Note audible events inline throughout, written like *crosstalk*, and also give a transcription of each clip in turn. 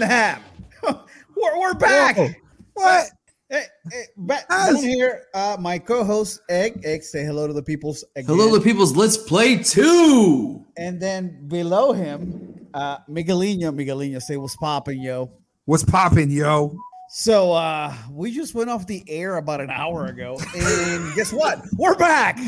Ham. Oh, *laughs* we're, we're back. Whoa. What? Hey, hey, back down here, uh, my co-host Egg. Egg, say hello to the people's. Again. Hello, the peoples. Let's play two. And then below him, uh, Miguelino. Miguelino, say what's popping, yo. What's popping, yo? So uh, we just went off the air about an hour ago, and guess what? We're back.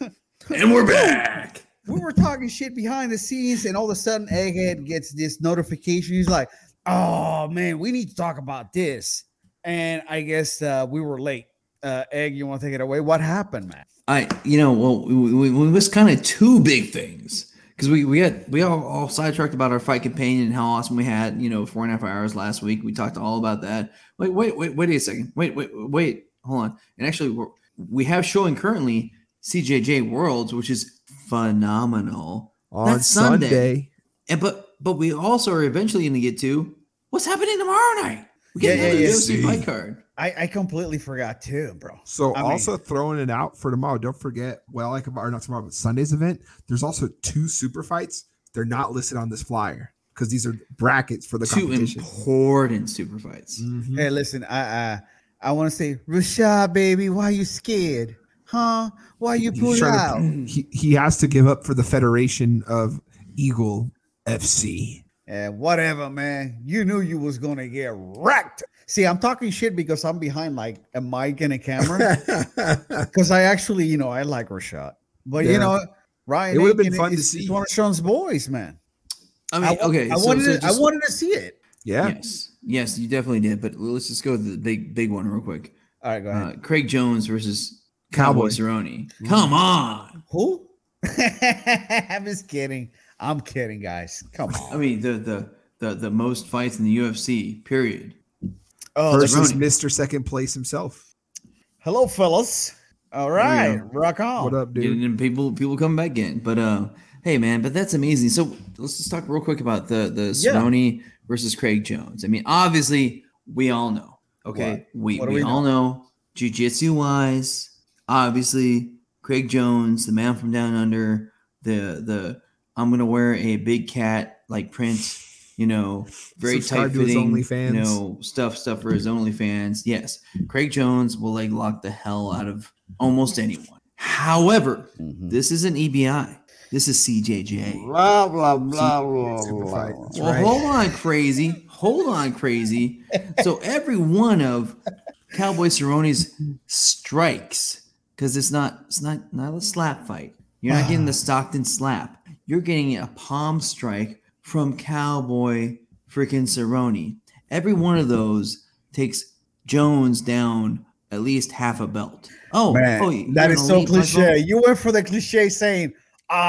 *laughs* And we're back. we were talking shit behind the scenes, and all of a sudden, Egghead gets this notification. He's like, "Oh man, we need to talk about this." And I guess uh, we were late. Uh, Egg, you want to take it away? What happened, man? I, you know, well, we, we, we missed kind of two big things because we we had we all, all sidetracked about our fight campaign and how awesome we had. You know, four and a half hours last week. We talked all about that. Wait, wait, wait, wait a second. Wait, wait, wait. Hold on. And actually, we're, we have showing currently CJJ Worlds, which is phenomenal. On That's Sunday. Sunday. And but but we also are eventually going to get to what's happening tomorrow night. We get Yeah, another yeah, yeah. UFC fight card. I, I completely forgot too, bro. So I mean- also throwing it out for tomorrow. Don't forget, well, like or not tomorrow, but Sunday's event. There's also two super fights. They're not listed on this flyer because these are brackets for the Two competition. important super fights. Mhm. Hey, listen, I I, I want to say, Rashad, baby, why you scared? Huh? Why you He's pulled trying to- out? He he has to give up for the Federation of Eagle *laughs* FC. Eh, whatever, man. You knew you was gonna get wrecked. See, I'm talking shit because I'm behind like a mic and a *laughs* camera. it Because I actually, you know, I like Rashad, but you Yeah. know, Ryan, It would've been Aiken fun to is- is see. one of Sean's boys, man. I mean, wa- okay. I so- wanted, so to, just- I wanted to see it. Yeah. Yes, yes, you definitely did. But let's just go to the big, big one real quick. All right, go ahead. Uh, Craig Jones versus Cowboy. Cowboy Cerrone. Come on. Who? *laughs* I'm just kidding. I'm kidding, guys. Come I *laughs* on. mean, the the the the most fights in the UFC. Period. Oh, Versus Cerrone. Mr. Second Place himself. hello, fellas. All right, rock on. What up, dude? And then people people come back in. But uh, hey man, but that's amazing. So let's just talk real quick about the the Yeah. Cerrone versus Craig Jones. I mean, obviously we all know. Okay, we What do we, we all know jujitsu wise. Obviously, Craig Jones, the man from down under, the the I'm gonna wear a big cat like print. You know, very tight Subscribe to his fitting. You OnlyFans. know, stuff stuff for his OnlyFans. Yes, Craig Jones will like lock the hell out of almost anyone. However, Mm-hmm. this isn't EBI. This is CJJ. Blah blah blah Super blah. fight. blah. That's Well, right. hold on, crazy. Hold on, crazy. So every one of Cowboy Cerrone's strikes, because it's not it's not not a slap fight. You're *sighs* not getting the Stockton slap. You're getting a palm strike from Cowboy freaking Cerrone. Every one of those takes Jones down at least half a belt. Oh, Man, oh you're that an is so elite black belt? cliche. You went for the cliche saying,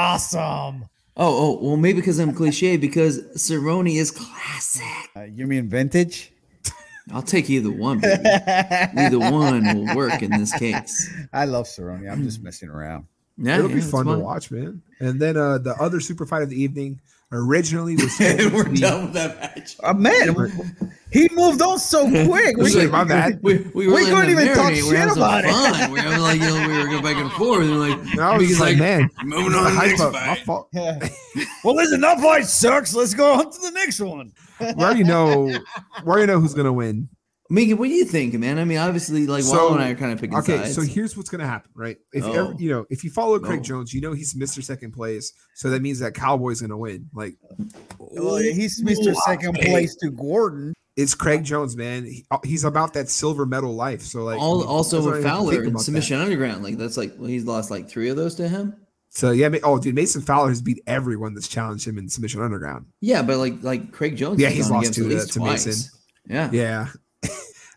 awesome. Oh, oh, well, maybe because I'm cliche, because Cerrone is classic. Uh, you mean vintage? I'll take either one. Baby. Either *laughs* Either one will work in this case. I love Cerrone. I'm just messing around. Yeah, It'll yeah, be it's fun to fine. watch, man. And then uh the other super fight of the evening originally was *laughs* scheduled *laughs* We're to be- done with that match. Uh, man, he moved on *laughs* so quick. We- Shit, my bad. We, We we, were letting couldn't them even talk marinate. We shit were having some about it. fun. We were like, you know, we were going back and forth. And we're like, And I was because, just like, man, moving the on to the hype next up, my fight. fault. *laughs* Yeah. well, listen, that fight sucks. Let's go on to the next one. we already know we already know who's gonna win. Megan, what do you think, man? I mean, obviously, like, So- Wallow and I are kind of picking Okay, sides. so here's what's gonna happen, right? If No. ever, you know, if you follow Craig Oh. No. Jones, you know he's Mr. Second Place, so that means that Cowboy's gonna win. Like Well, he's Mr. Second Place to Gordon. it's Craig Jones, man. He- uh, he's about that silver medal life. So like All, you- also, that's why I have to with think Fowler and about that. Submission Underground, like, that's like, well, he's lost like three of those to him. So yeah, ma- oh dude, Mason Fowler has beat everyone that's challenged him in Submission Underground. Yeah, but like, like Craig Jones, Yeah, has he's gone lost against to, at uh, least to twice. Mason. Yeah. Yeah. *laughs*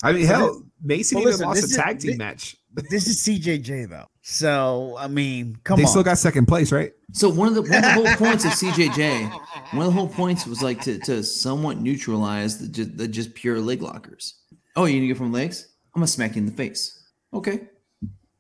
I mean, hell, Mason Well, even listen, lost this a is- tag team thi- match. This is CJJ, though. So, I mean, come they on. *laughs* still got second place, right? So one of the one of the *laughs* whole points of CJJ, one of the whole points was like to to somewhat neutralize the just, the just pure leg lockers. Oh, you need to get from legs? I'm gonna smack you in the face. Okay,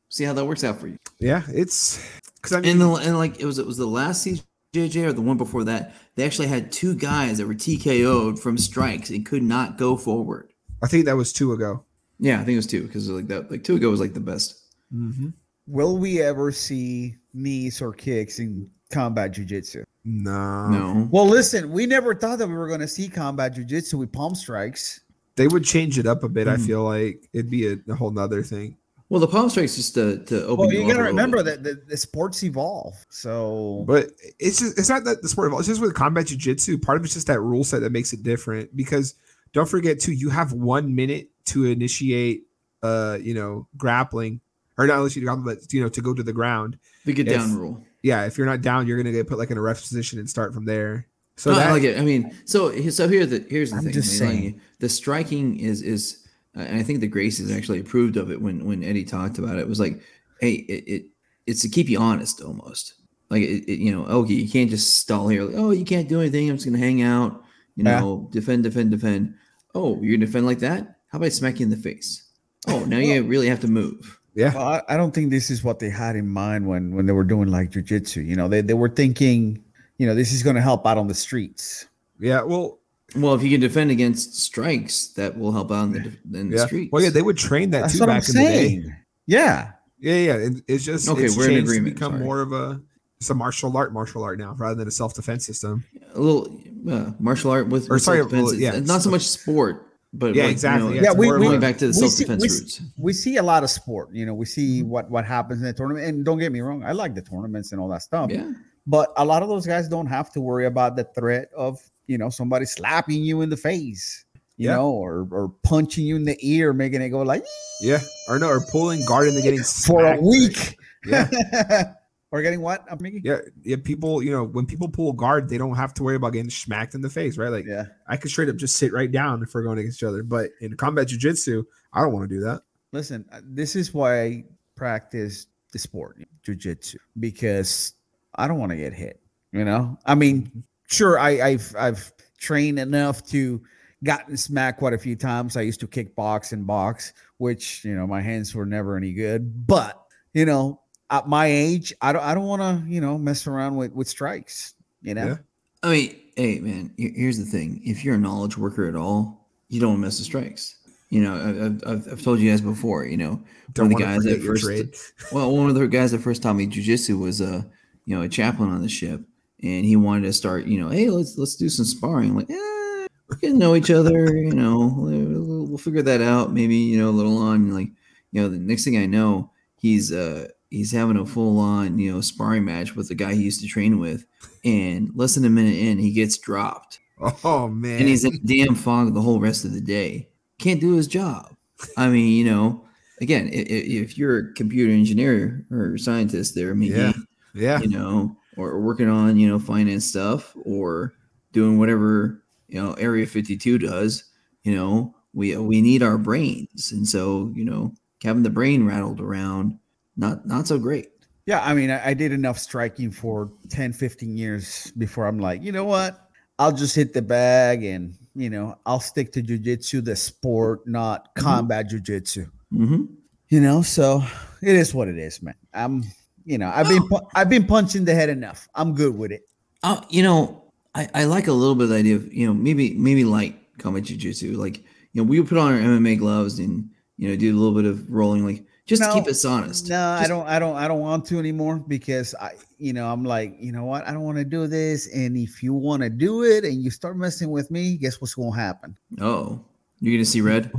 see how that works out for you. Yeah, it's because I mean, And the and like it was it was the last CJJ or the one before that. They actually had two guys that were TKO'd from strikes and could not go forward. I think that was two ago. Yeah, I think it was two because like that like two ago was like the best. Mm-hmm. Will we ever see knees or kicks in combat jujitsu. No. No. Well, listen, we never thought that we were going to see combat jujitsu with palm strikes. They would change it up a bit. I Mm. feel like it'd be a, a whole nother thing. Well, the palm strikes just to, to open. Well, you up got to a little remember bit. that the, the sports evolve. So, But it's just it's not that the sport of all, it's just with combat jujitsu. Part of it's just that rule set that makes it different because don't forget too, you have one minute to initiate uh, you know, grappling. Or not unless you grappling, but you know, to go to the ground. the get if- down rule. Yeah, if you're not down, you're gonna get put like in a ref position and start from there. So So I that like it. I mean, so so here the here's the I'm thing. just I mean, like, saying. the striking is is, uh, and I think the Gracies actually approved of it when when Eddie talked about it. It was like, hey, it, it it's to keep you honest almost. Like it, it- you know, okay, you can't just stall here. Like, oh, you can't do anything. I'm just gonna hang out. You Yeah. know, defend, defend, defend. Oh, you're gonna defend like that? How about I smack you in the face? Oh, now you really have to move. yeah. Well, I, I don't think this is what they had in mind when when they were doing like jujitsu. You know, they, they were thinking, you know, this is going to help out on the streets. Yeah, well, Well, if you can defend against strikes, that will help out in the, in the yeah. streets. Well, yeah, they would train that That's too what back I'm in the day. saying. Yeah. Yeah, yeah. And it's just Okay, it's we're in changed to agreement, become sorry. more of a it's a martial art, martial art now rather than a self defense system. a little uh, martial art with, Or with sorry, self-defense. well, yeah. It's not so much sport, but Yeah, like, you exactly, know, yeah, Yeah, it's we, more of we, a- going back to the we see- self defense we see- roots. we see a lot of sport. You know, we see Mm-hmm. what what happens in the tournament. And don't get me wrong, I like the tournaments and all that um, stuff. Yeah, But a lot of those guys don't have to worry about the threat of you know somebody slapping you in the face, you Yeah. know, or or punching you in the ear, making it go like Yeah. Or no, or pulling guard and then getting for a smacked. week. Yeah. *laughs* or getting what? I'm making. Yeah, yeah. People, you know, when people pull guard, they don't have to worry about getting smacked in the face, right? Like yeah. I could straight up just sit right down if we're going against each other. But in combat jujitsu, I don't want to do that. Listen, uh, this is why I practice the sport, jujitsu, because I don't want to get hit. You know, I mean, sure, I, I've I've trained enough to gotten smacked quite a few times. I used to kickbox and box, which you know my hands were never any good. But you know, at my age, I don't I don't want to you know mess around with with strikes. You know, Yeah. I mean, hey man, here- here's the thing: if you're a knowledge worker at all, you don't miss the strikes. You know, I- I've, I've, I've told you guys before. You know, Don't the want to guys that forget your first- trade. Well, one of the guys that first taught me jujitsu was a, you know, a chaplain on the ship, and he wanted to start, you know, hey, let's let's do some sparring. I'm like, eh, we can know each other, you know, we'll, we'll figure that out. Maybe you know, a little on, like, you know, the next thing I know, he's uh he's having a full on, you know, sparring match with the guy he used to train with, and less than a minute in, he gets dropped, Oh man. and he's in damn fog the whole rest of the day. Can't do his job. I mean, you know, again, i- i- if you're a computer engineer or scientist, there, I mean, Yeah. yeah. you know, or working on you know finance stuff or doing whatever you know Area 52 does. You know, we we need our brains, and so you know, having the brain rattled around, not not so great. Yeah, I mean, I, I did enough striking for 10, 15 years before I'm like, you know what? I'll just hit the bag and, you know, I'll stick to jujitsu, the sport, not combat jujitsu. hmm You know, so it is what it is, man. I'm, you know, I've been pu- I've been punched in the head enough. I'm good with it. Uh, you know, I, I like a little bit of the idea of, you know, maybe maybe light combat jujitsu. Like, you know, we would put on our MMA gloves and, you know, do a little bit of rolling, like just to keep No, us honest. No, I Just- don't I don't I don't want to anymore because I, you know, I'm like, you know what? I don't want to do this and if you want to do it and you start messing with me, guess what's going to happen? Oh, you're going to see red?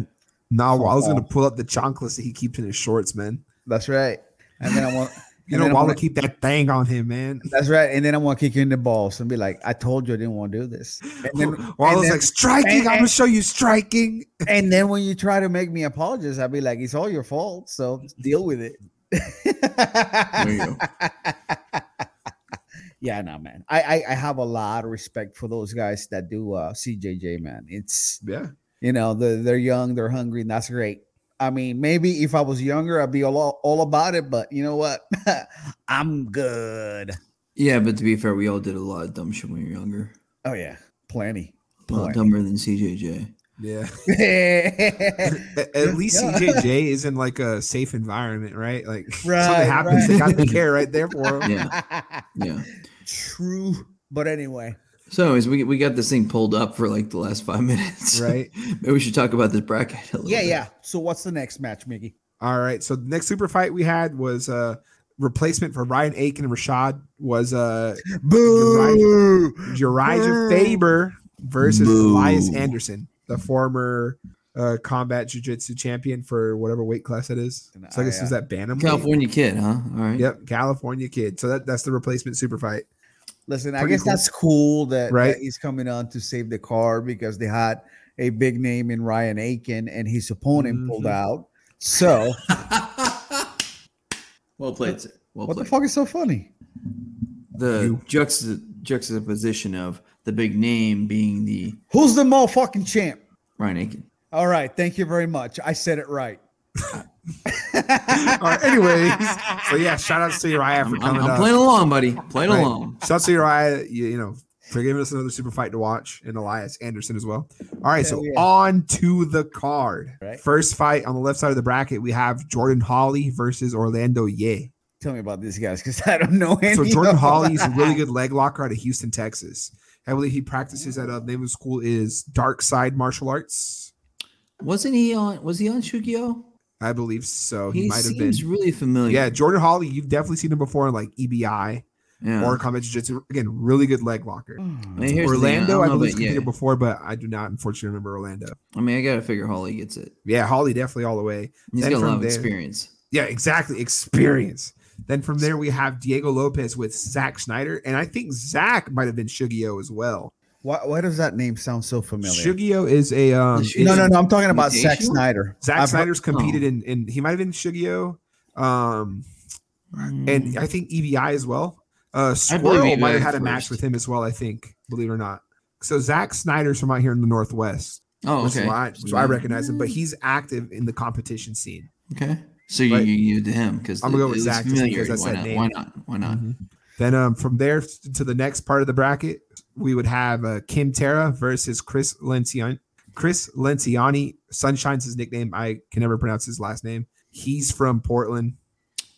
No, well, I was gonna pull up the chonkless that he keeps in his shorts, man. That's right. And then I want You and know, then I'm Walla like- keep that thing on him, man. That's right. And then I'm gonna kick you in the balls and be like, I told you I didn't want to do this. And *laughs* then, and Walla's then- like striking. and- I'm gonna and- show you striking. and then when you try to make me apologize, I'll be like, it's all your fault. So deal with it. *laughs* There you go. yeah, no, man. I, I I have a lot of respect for those guys that do uh CJJ, man. It's Yeah. you know they're, they're young, they're hungry, and that's great. I mean, maybe if I was younger, I'd be all all about it. But you know what? *laughs* I'm good. Yeah, but to be fair, we all did a lot of dumb shit when we were younger. Oh yeah, plenty. A lot Boy. dumber than CJJ. *laughs* Yeah. at, at least Yeah. CJJ is in like a safe environment, *laughs* right? Like Right, something happens, they got right. the care right *laughs* there for him. Yeah. Yeah. True. But anyway, So, anyways, we, we got this thing pulled up for like the last five *laughs* minutes. Right. Maybe we should talk about this bracket a little yeah, bit. yeah. So what's the next match, Mickey? All right. So the next super fight we had was uh replacement for Ryan Aiken and Rashad was uh Boo! Jiraiya Boo. Faber versus Boo. Elias Anderson, the former uh, combat jiu-jitsu champion for whatever weight class that is. So I guess it was that bantamweight. California kid, huh? All right. Yep, California kid. So that, that's the replacement super fight. Listen, I Pretty guess cool. that's cool that, Right. that he's coming on to save the car because they had a big name in Ryan Aiken and his opponent pulled Mhm. out. *laughs* So well played. sir. Oh, Well what the played. fuck is so funny? The You. juxta- juxtaposition of the big name being the Who's the motherfucking champ? Ryan Aiken. All right, thank you very much. I said it right. *laughs* All right, anyways, so yeah, shout outs to Uriah for I'm, I'm- coming I'm up. playing along, buddy. Playing Right. along. Shout out to Uriah, you, you know, for giving us another super fight to watch, and Elias Anderson as well. All right, so Hell yeah. on to the card. Right. First fight on the left side of the bracket, we have Jordan Hawley versus Orlando Ye. Tell me about these guys because I don't know any. *laughs* So of Jordan them. Hawley is a really good leg locker out of Houston, Texas. I believe he practices at a name of school is Dark Side Martial Arts. Wasn't he on? Was he on Shukio? I believe so. Oh, He, He, might have been. seems really familiar. Yeah, Jordan Hawley, you've definitely seen him before in like EBI Yeah. or combat jiu-jitsu. Again, really good leg locker. I mean, here's the thing, Orlando, I, don't know believe, about- competed yeah. before, but I do not unfortunately remember Orlando. I mean, I gotta figure Holly gets it. Yeah, Holly definitely all the way. He's Then got a from lot of there- experience. Yeah, exactly. Experience. Then from there we have Diego Lopez with Zack Snyder, and I think Zach might have been Shugio as well. *laughs* Why, why does that name sound so familiar? Shugio is a um, Shugio? no, is- no, no. I'm talking about Zack Mutation? Snyder. Zack I've heard- Snyder's competed in, in he might have been Shugio, um, Mm. and Hmm. I think EVI as well. Uh, I believe Squirrel might have EVI had a match first. with him as well. I think, believe it or not. So Zack Snyder's from out here in the Northwest, oh, which is okay. why I, so I recognize him, but he's active in the competition scene. Okay. So you, Right. you you to him because I'm gonna go with Zach just because that's why, that not? name. why not? Why not? Mm-hmm. Mhm. Then um, from there to the next part of the bracket, we would have uh, Kim Terra versus Chris Lenciani. Chris Lenciani, Sunshine's his nickname. I can never pronounce his last name. He's from Portland.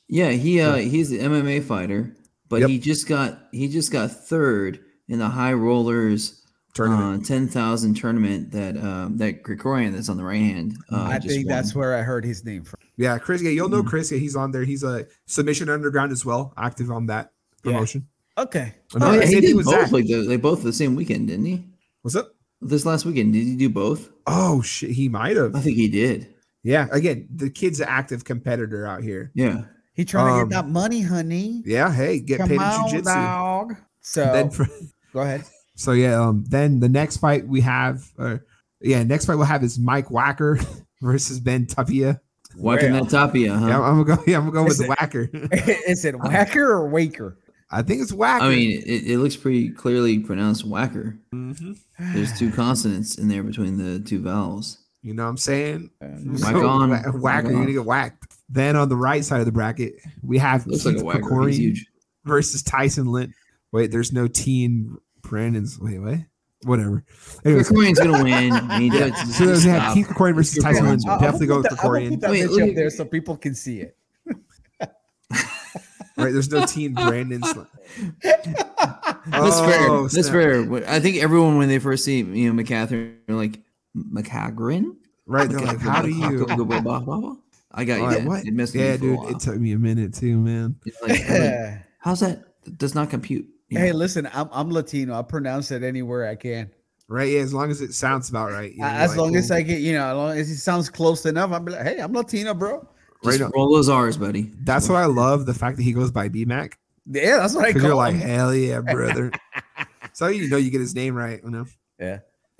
Yeah, he uh he's an MMA fighter, but Yep. he just got he just got third in the high rollers Tournament. uh, ten thousand tournament that um that Gregorian that's on the right hand. Uh, I just think won. that's where I heard his name from. yeah, Chris. Yeah, you'll know Mhm. Chris. Yeah, he's on there. He's a submission underground as well, active on that Yeah. promotion. Okay. And Oh, then yeah, the he same thing did with both. Zach. Like the, they both the same weekend, didn't he? What's up? This last weekend, did he do both? Oh shit, he might I have. think he did. Yeah. Again, the kid's an active competitor out here. Yeah. He trying Um, to get that money, honey. Yeah. Hey, get Come paid on, in jujitsu. dog. So Then for, go ahead. So yeah, um, then the next fight we have, uh, yeah, next fight we'll have is Mike Wacker *laughs* versus Ben Tapia. Wiping Well. that tapia, huh? Yeah, I'm, I'm gonna go. *laughs* Yeah, I'm gonna go with Is the it- Wacker. *laughs* Is it Wacker or Waker? I think it's Wacker. I mean, it, it looks pretty clearly pronounced whacker. Mhm. *sighs* There's two consonants in there between the two vowels. you know what I'm saying? Uh, Whack on, Wa- whack Wacker, you're gonna off. get whacked. Then on the right side of the bracket, we have Looks like a Keith whacker. He's Krikorian huge. versus Tyson Lint. Wait, there's no T in Brandon's. Wait, what? Whatever. Anyways, Krikorian's gonna win. I mean, Yeah. *laughs* just- so just we have stop. Keith Krikorian versus Keith Tyson Krikorian. Lint. I'll- I'll Definitely I'll go put with that- I will Krikorian. put that Wait, bitch look- up there so people can see *laughs* it. Right? There's *laughs* no T in Brandon's. That's fair. Oh, That's snap. fair. What- I think everyone when they first see you know McCatherine, they're like McCagrin. Right? They're like, how do you? I got you. All right, yeah, what? It messed with Yeah, me for dude, a while. it took me a minute too, man. It's like, *laughs* I'm like, Yeah. how's that? That does not compute. Yeah. Hey, listen, I'm, I'm Latino. I pronounce it anywhere I can. Right? Yeah, as long as it sounds about right. you know, as like, long as cool. I get, you know, as long as it sounds close enough, I'm like, hey, I'm Latino, bro. right just on. roll those R's, buddy. *laughs* That's what I love the fact that he goes by BMAC Yeah, that's what I because you're call like, him. hell yeah, brother. *laughs* so you know you get his name right, you know.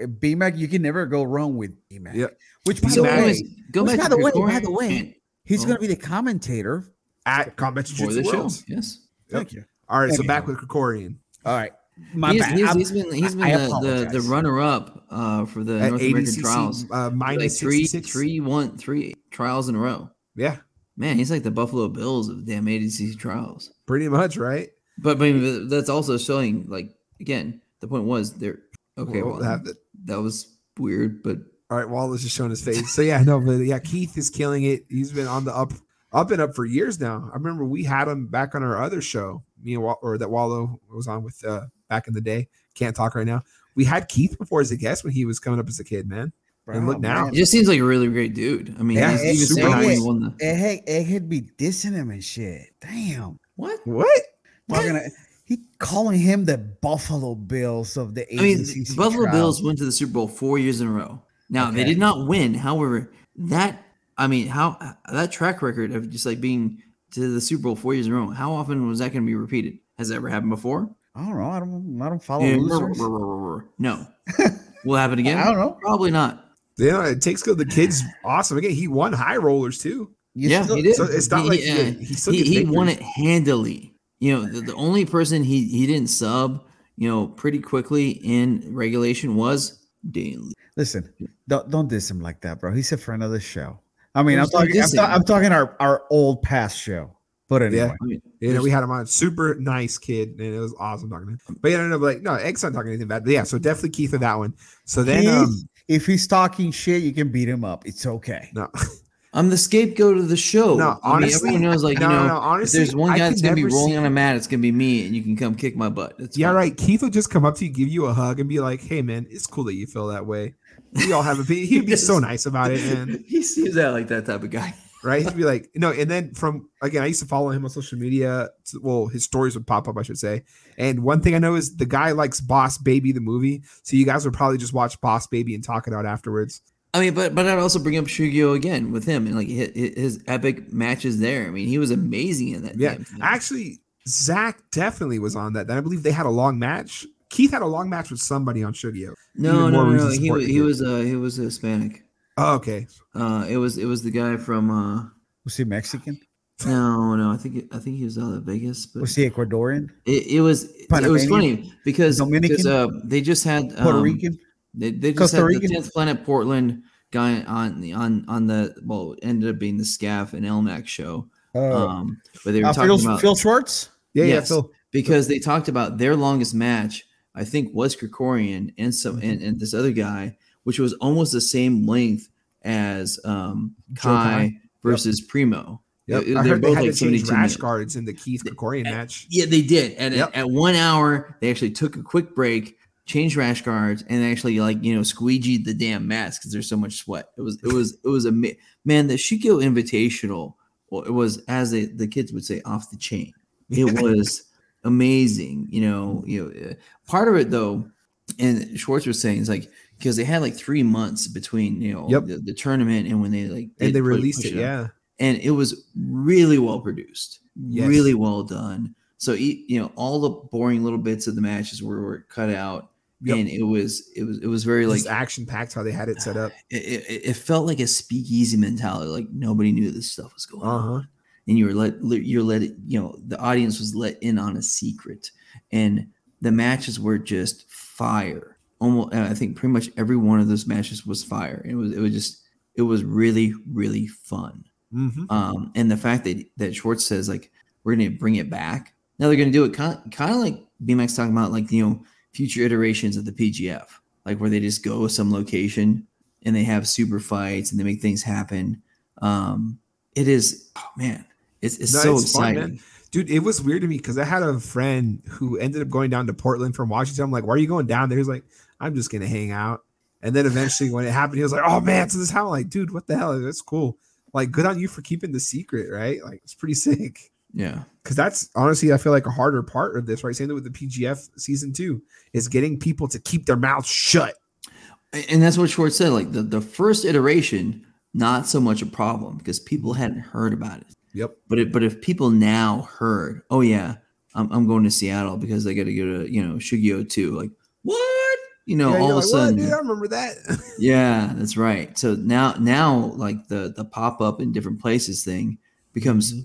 BMAC, you can never go wrong with BMAC. Yep. Which, by So the BMAC. way, anyways, go Which, back by to the way, Gregorian by the way, he's Oh. going to be the commentator. At Combat Jiu for the Jitsu show. Worlds. Yes. Yep. you. All right, so Anyhow. back with Krikorian All right. My He's- bad. he's- I'm- he's been he's I been the, the, the apologize. runner up uh, for the at North American trials. 80cc, uh, Like minus three, 66. three, one, three trials in a row. Yeah, Man, he's like the Buffalo Bills of damn ADC trials. pretty much, right? But, but that's also showing, like, again, the point was there. Okay, Well, well, that- that, was weird, but All right, Wallace is showing his face. So yeah, no, but yeah, Keith is killing it. He's been on the up, up and up for years now. I remember we had him back on our other show, me and Wa- or that Wallow was on with uh, back in the day. Can't talk right now. We had Keith before as a guest when he was coming up as a kid, man. bro. And look now. It just seems like a really great dude. I mean, Yeah, he's even he's saying super how he nice. won the. Egghead, Egghead be dissing him and shit. Damn. What? What? We're gonna, he calling him the Buffalo Bills of the I mean, ACC the Buffalo trial. Bills went to the Super Bowl four years in a row. Now they Okay. did not win. However, that I mean, how that track record of just like being to the Super Bowl four years in a row. How often was that going to be repeated? Has that ever happened before? I don't know. I don't. I don't follow Yeah, losers. *laughs* *laughs* No. Will it happen again? I don't know. Probably not. You know, it takes good. The kid's awesome. Again, he won high rollers too. You yeah, still- he did. So it's not He- like he, he- uh, he still he, gets he won it victories. handily. You know, the, the only person he he didn't sub, you know, pretty quickly in regulation was Daly. Listen, don't don't diss him like that, bro. He said for another show. I mean, I'm There's no talking. I'm, dissing. ta- I'm talking our our old past show. But anyway, I mean, You know, we had him on. Super nice kid, and it was awesome talking to him. But yeah, no, no, but like no, Egg's not talking anything bad. But yeah, so definitely Keith with that one. So then, Keith? um, if he's talking shit, you can beat him up. It's okay. no, I'm the scapegoat of the show. No, honestly- I mean, everyone knows, like, no, you know, no, no, if honestly, there's one I guy could that's gonna be never rolling see- on a mat, it's gonna be me, and you can come kick my butt. That's yeah, fine. *laughs* right. Keith would just come up to you, give you a hug, and be like, "Hey, man, it's cool that you feel that way. We all have a opinion." *laughs* He'd be so nice about it, and he seems out like that type of guy. right? He'd be like, no, and then from again, I used to follow him on social media. t- Well, his stories would pop up, I should say. And one thing I know is the guy likes Boss Baby the movie, so you guys would probably just watch Boss Baby and talk it out afterwards. I mean, but but I'd also bring up Shugio again with him and like his, his epic matches there. I mean, he was amazing in that. Yeah, damn thing. actually, Zach definitely was on that. Then I believe they had a long match. Keith had a long match with somebody on Shugio. no, even more no, no, reason to He support the was he kid. was uh, he was Hispanic. Oh, okay, Uh, it was it was the guy from uh, Was he Mexican? no, no, I think I think he was out of Vegas, but Was he Ecuadorian? it, it was it was Panamanian? funny because Dominican? because uh, they just had Puerto um, Rican? They, they just Costa had the Rican? tenth planet Portland guy on the on on the well it ended up being the Scaff and Elmac show. Uh, Um, but they were uh, talking Phil, about Phil Schwartz. yeah, Yes. yeah. Phil, because they talked about their longest match. I think was Krikorian and some Mm-hmm. and, and this other guy, which was almost the same length as um, Joe Kai. Kai versus Primo. Yep. They- I they're heard they both had like to change 72 rash minutes. guards in the Keith Kikorian match. Yeah, they did. At, Yep. at one hour, they actually took a quick break, changed rash guards, and actually like you know squeegeed the damn mats because there's so much sweat. It was it was it was a ma- man the Shikyo Invitational. Well, it was as they, the kids would say off the chain. It *laughs* was amazing. You know, you know, uh, part of it though, and Schwartz was saying is like because they had like three months between you know Yep. the, the tournament and when they like And did they put- released push it, up yeah. and it was really well produced, Yes. really well done. So e- you know, all the boring little bits of the matches were, were cut out, Yep. and it was it was it was very like Just action packed how they had it set up. it, it, it felt like a speakeasy mentality. Like nobody knew this stuff was going Uh on, huh. and you were let let- you're let you know the audience was let in on a secret, and the matches were just fire. Almost, I think pretty much every one of those matches was fire. It was it was just it was really really fun. Mm-hmm. Um, and the fact that that Schwartz says like we're going to bring it back. Now they're going to do it kind of, kind of like BMX talking about like you know future iterations of the PGF, like where they just go to some location and they have super fights and they make things happen. Um, it is oh man, it's, it's No, so it's fun, man. exciting. Dude, it was weird to me because I had a friend who ended up going down to Portland from Washington. I'm like, why are you going down there? He's like, I'm just gonna hang out. And then eventually, when it happened, he was like, "Oh man, so this happened." Like, dude, what the hell? That's cool. Like, good on you for keeping the secret, right? Like, it's pretty *laughs* sick. Yeah, Because that's honestly, I feel like a harder part of this, right? Same thing with the PGF season two is getting people to keep their mouths shut. A- and that's what Schwartz said. Like the the first iteration, not so much a problem because people hadn't heard about it. Yep. But if, but if people now heard, oh yeah, I'm, I'm going to Seattle because I got to go to you know Shugio too. Like what? You know, Yeah, all you're of a like, "What, sudden, dude, I remember that. yeah, that's right. So now now like the the pop up in different places thing becomes Mm-hmm.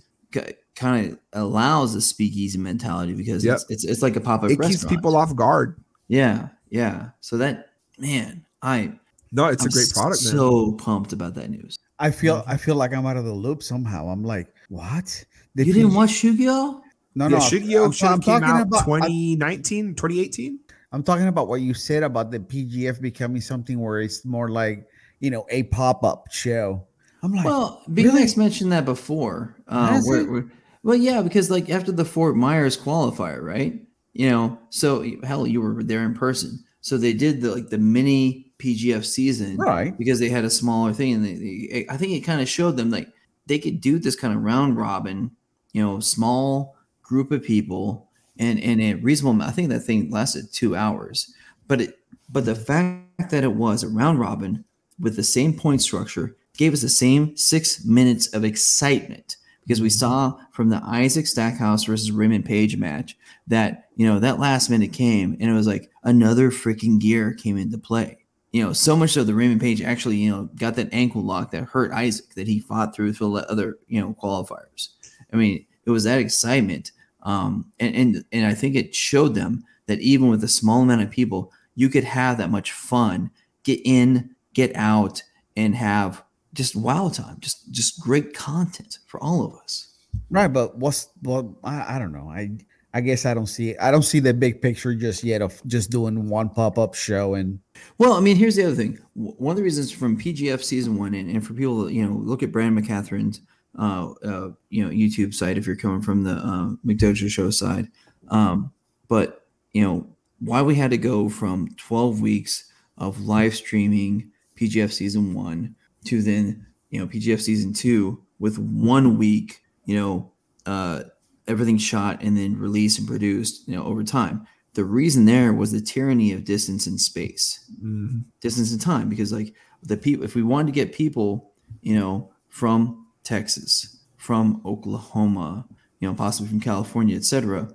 kind of allows a speakeasy mentality because Yep. it's, it's it's *laughs* like a pop up it restaurant. keeps people off guard. yeah, yeah. So that man, I No, it's I'm a great product, man. So pumped about that news. I feel I feel like I'm out of the loop somehow. I'm like, what? The you didn't PG watch Shugio? No, no. yeah, Shugio I'm, should I'm have came talking out about. 2019, 2018. I'm talking about what you said about the PGF becoming something where it's more like you know a pop up show. I'm like, Well, BMX Really? mentioned that before. Uh, Has where, he? where, well, yeah, because like after the Fort Myers qualifier, right? You know, so hell, you were there in person. So they did the like the mini PGF season, Right. Because they had a smaller thing, and they, they, I think it kind of showed them like they could do this kind of round robin, you know, small group of people, and and a reasonable. amount- I think that thing lasted two hours, but it but the fact that it was a round robin with the same point structure gave us the same six minutes of excitement because we saw from the Isaac Stackhouse versus Raymond Page match that you know that last minute came and it was like another freaking gear came into play. You know, so much so the Raymond Page actually you know got that ankle lock that hurt Isaac that he fought through for the other you know qualifiers. I mean, it was that excitement, um, and and and I think it showed them that even with a small amount of people, you could have that much fun, get in, get out, and have just wow time, just just great content for all of us. Right, but what's well, I, I don't know. I I guess I don't see it. I don't see the big picture just yet of just doing one pop up show and Well, I mean, here's the other thing. W- One of the reasons from PGF season one, and, and for people, that, you know, look at Brandon McCatherine's, uh, uh, you know, YouTube site if you're coming from the uh, McDojo show side. Um, but you know, why we had to go from 12 weeks of live streaming PGF season one to then you know PGF season two with one week, you know, uh, everything shot and then released and produced, you know, over time. The reason there was the tyranny of distance and space Mhm. distance and time because like the people if we wanted to get people you know from texas from oklahoma you know possibly from california etc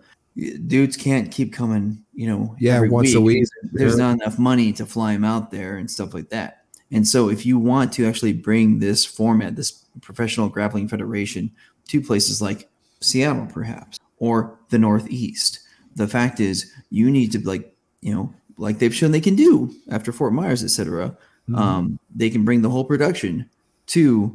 dudes can't keep coming you know Yeah, every once a week. there's Yeah. not enough money to fly them out there and stuff like that and so if you want to actually bring this format this professional grappling federation to places like seattle perhaps or the northeast the fact is you need to like you know like they've shown they can do after fort myers etc cetera. um, they can bring the whole production to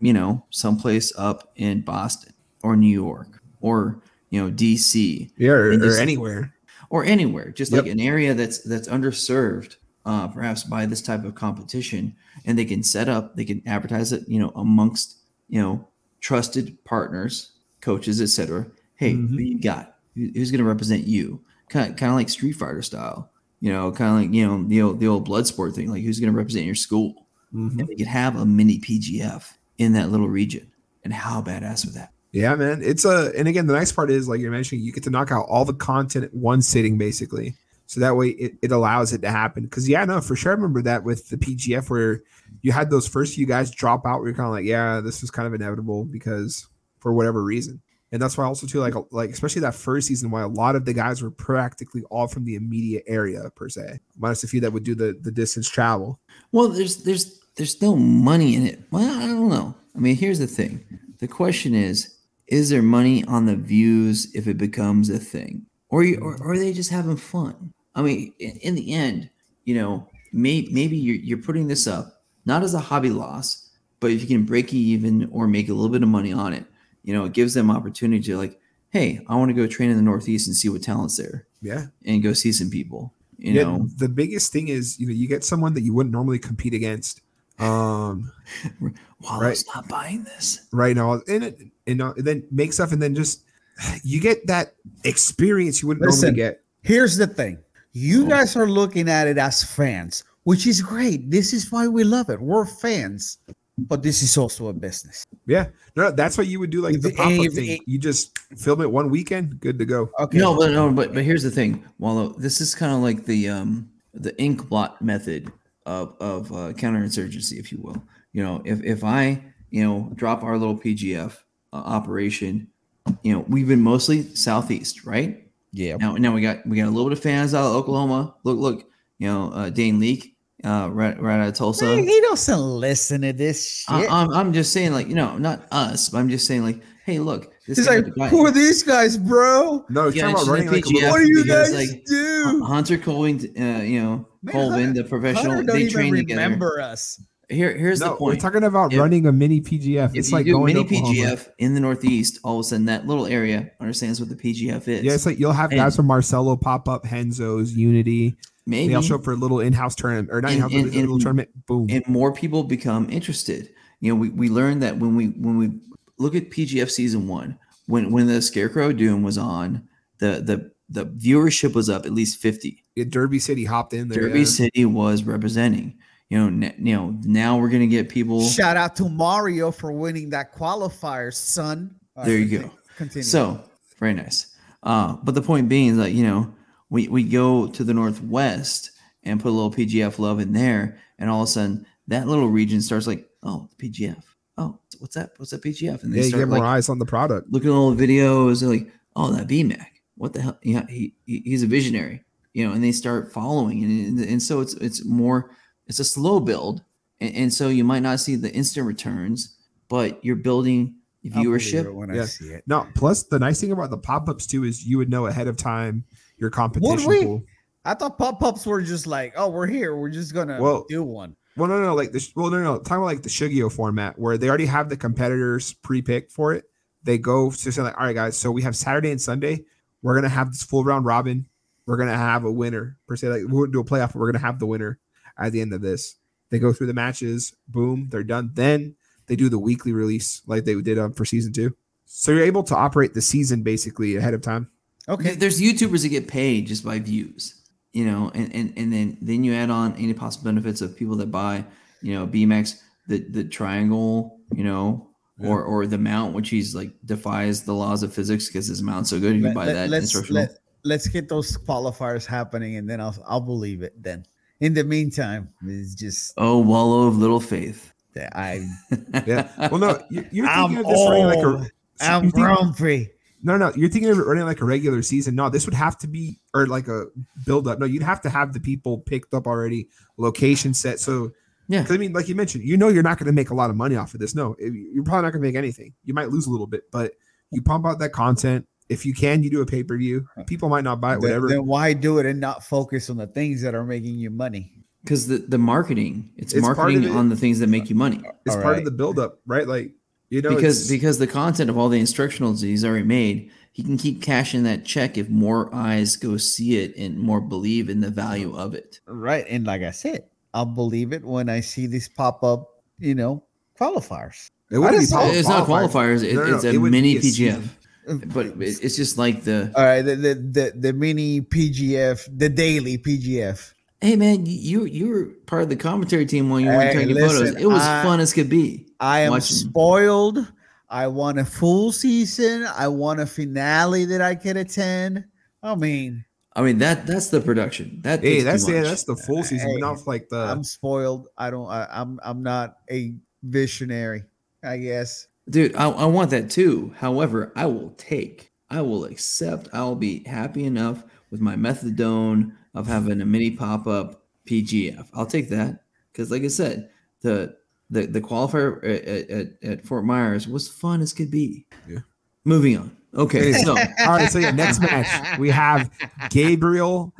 you know someplace up in boston or new york or you know dc Yeah, or, And or just- anywhere. or anywhere, just Yep. like an area that's that's underserved, uh, perhaps by this type of competition, and they can set up, they can advertise it, you know, amongst you know trusted partners, coaches, etc. Hey, who you got? Who- Who's going to represent you? Kind kind of like Street Fighter style, you know, kind of like you know the old the old blood sport thing, like who's going to represent your school? Mhm. And we could have a mini PGF in that little region, and how badass would that? Yeah, man. It's a and again the nice part is like you're mentioning, you get to knock out all the content at one sitting basically. So that way it, it allows it to happen. Cause yeah, no, for sure. I remember that with the PGF where you had those first few guys drop out where you're kind of like, yeah, this was kind of inevitable because for whatever reason. And that's why also too, like like especially that first season, why a lot of the guys were practically all from the immediate area per se, minus a few that would do the the distance travel. Well, there's there's there's no money in it. Well, I don't know. I mean, here's the thing. The question is, is there money on the views if it becomes a thing, or you, or, or are they just having fun? I mean, in, in the end, you know, may, maybe you're you're putting this up not as a hobby loss, but if you can break even or make a little bit of money on it, you know, it gives them opportunity to like, hey, I want to go train in the Northeast and see what talents there, Yeah. and go see some people. You Yeah, know, the biggest thing is you know you get someone that you wouldn't normally compete against um wow, Right. I'm not buying this. right now and it and, uh, and then make stuff and then just you get that experience you wouldn't Listen. normally get Here's the thing. Uh-huh. You guys are looking at it as fans, which is great. This is why we love it. We're fans, but this is also a business. yeah no that's why you would do like the If- pop-up if- thing you just film it one weekend good to go Okay. No, but no, but but here's the thing. Wallow, this is kind of like the um the ink blot method of of uh, counterinsurgency, if you will. You know, if if I you know drop our little PGF uh, operation, you know, we've been mostly southeast, right? yeah. Now, now we got we got a little bit of fans out of Oklahoma. Look, look, you know, uh, Dane Leak, uh, right, right out of Tulsa. Hey, he doesn't listen to this I, shit. I'm, I'm just saying, like, you know, not us, but I'm just saying, like, hey, look, this He's guy- like, who are these guys, bro? no it's Yeah, talking it's about running just like a little, PGF. What do you because, guys like, uh-uh, Hun- do? Hunter Colvin, uh, you know, Man, Colvin, Hunter- the professional, Hunter don't they even train together. remember us. Here, here's no the we're point. talking about If- running a mini pgf If it's you like do going mini to Oklahoma. PGF in the Northeast, all of a sudden that little area understands what the PGF is. yeah it's like you'll have And- guys from marcelo pop up henzo's unity maybe, they all show up for a little in-house tournament or not And- in-house and- but a little and- tournament boom and more people become interested. You know, we, we learned that when we when we look at PGF season one, when when the Scarecrow Doom was on, the the the viewership was up at least 50. Yeah, Derby City hopped in there. Derby yeah. City was representing. You know, n- you know, now we're gonna get people. Shout out to Mario for winning that qualifier, son. All There you continue- go. Continue. So very nice. Uh, but the point being is that you know we we go to the northwest and put a little PGF love in there, and all of a sudden that little region starts like, oh, the PGF. Oh, what's that? What's that PGF? And they Yeah, you start get more like eyes on the product. looking at all the videos. They're like, oh, that BMAC. What the hell? Yeah, he, he he's a visionary, you know. And they start following, and and so it's it's more it's a slow build, and, and so you might not see the instant returns, but you're building I'll believe viewership. it when I Yeah. see it. No, plus the nice thing about the pop ups too is you would know ahead of time your competition we? pool. I thought pop ups were just like, oh, we're here. We're just gonna Well- do one. Well, no, no, like the well, no, no, talking about like the Shugio format where they already have the competitors pre-picked for it. They go to say like, all right, guys, so we have Saturday and Sunday. We're gonna have this full round robin. We're gonna have a winner per se. Like we wouldn't do a playoff, but we're gonna have the winner at the end of this. They go through the matches. Boom, they're done. Then they do the weekly release like they did um, for season two. So you're able to operate the season basically ahead of time. Okay. There- There's YouTubers that get paid just by views, you know, and, and, and then then you add on any possible benefits of people that buy, you know, BMX, the the triangle, you know, or or the mount, which he's like defies the laws of physics because his mount's so good. You Let, buy that us instructional. get those qualifiers happening, and then I'll I'll believe it. Then, in the meantime, it's just oh, wallow of little faith. that I Yeah. Well, *laughs* no, you- you're I'm thinking of this running like old. a. I'm you're thinking- grumpy. No, no, you're thinking of it running like a regular season. No, this would have to be or like a build up. No, you'd have to have the people picked up already, location set. So, Yeah. 'cause I mean, like you mentioned, you know, you're not going to make a lot of money off of this. No, it- you're probably not going to make anything. You might lose a little bit, but you pump out that content. If you can, you do a pay per view. People might not buy Then- it, whatever. Then why do it and not focus on the things that are making you money? Because the, the marketing, it's, It's part of marketing it. on the things that make you money. it's all part right. of the build up, right? Like, you know, because it's- because the content of all the instructionals he's already made, he can keep cashing that check if more eyes go see it and more believe in the value of it. Right. And like I said, I'll believe it when I see these pop up, you know, qualifiers. it wouldn't be just- qual- it's not qualifiers. It, No, no, it's no, a it would mini be a PGF, season. but it, it's just like the All right, the, the the the mini PGF, the daily PGF. hey man, you you were part of the commentary team when you were Hey, taking photos. listen, It was I- fun as could be. I am Watching. spoiled. I want a full season. I want a finale that I could attend. I mean, I mean that that's the production. That Hey, takes too that's yeah, much. that's the full season, Hey, but not like the. I'm spoiled. I don't. I, I'm. I'm not a visionary. I guess. Dude, I, I want that too. However, I will take, I will accept, I'll be happy enough with my methadone of having a mini pop up PGF. I'll take that because, like I said, the the, the qualifier at, at, at Fort Myers was fun as could be. Yeah. Moving on. Okay, Hey. so All right, so yeah, next match we have Gabriel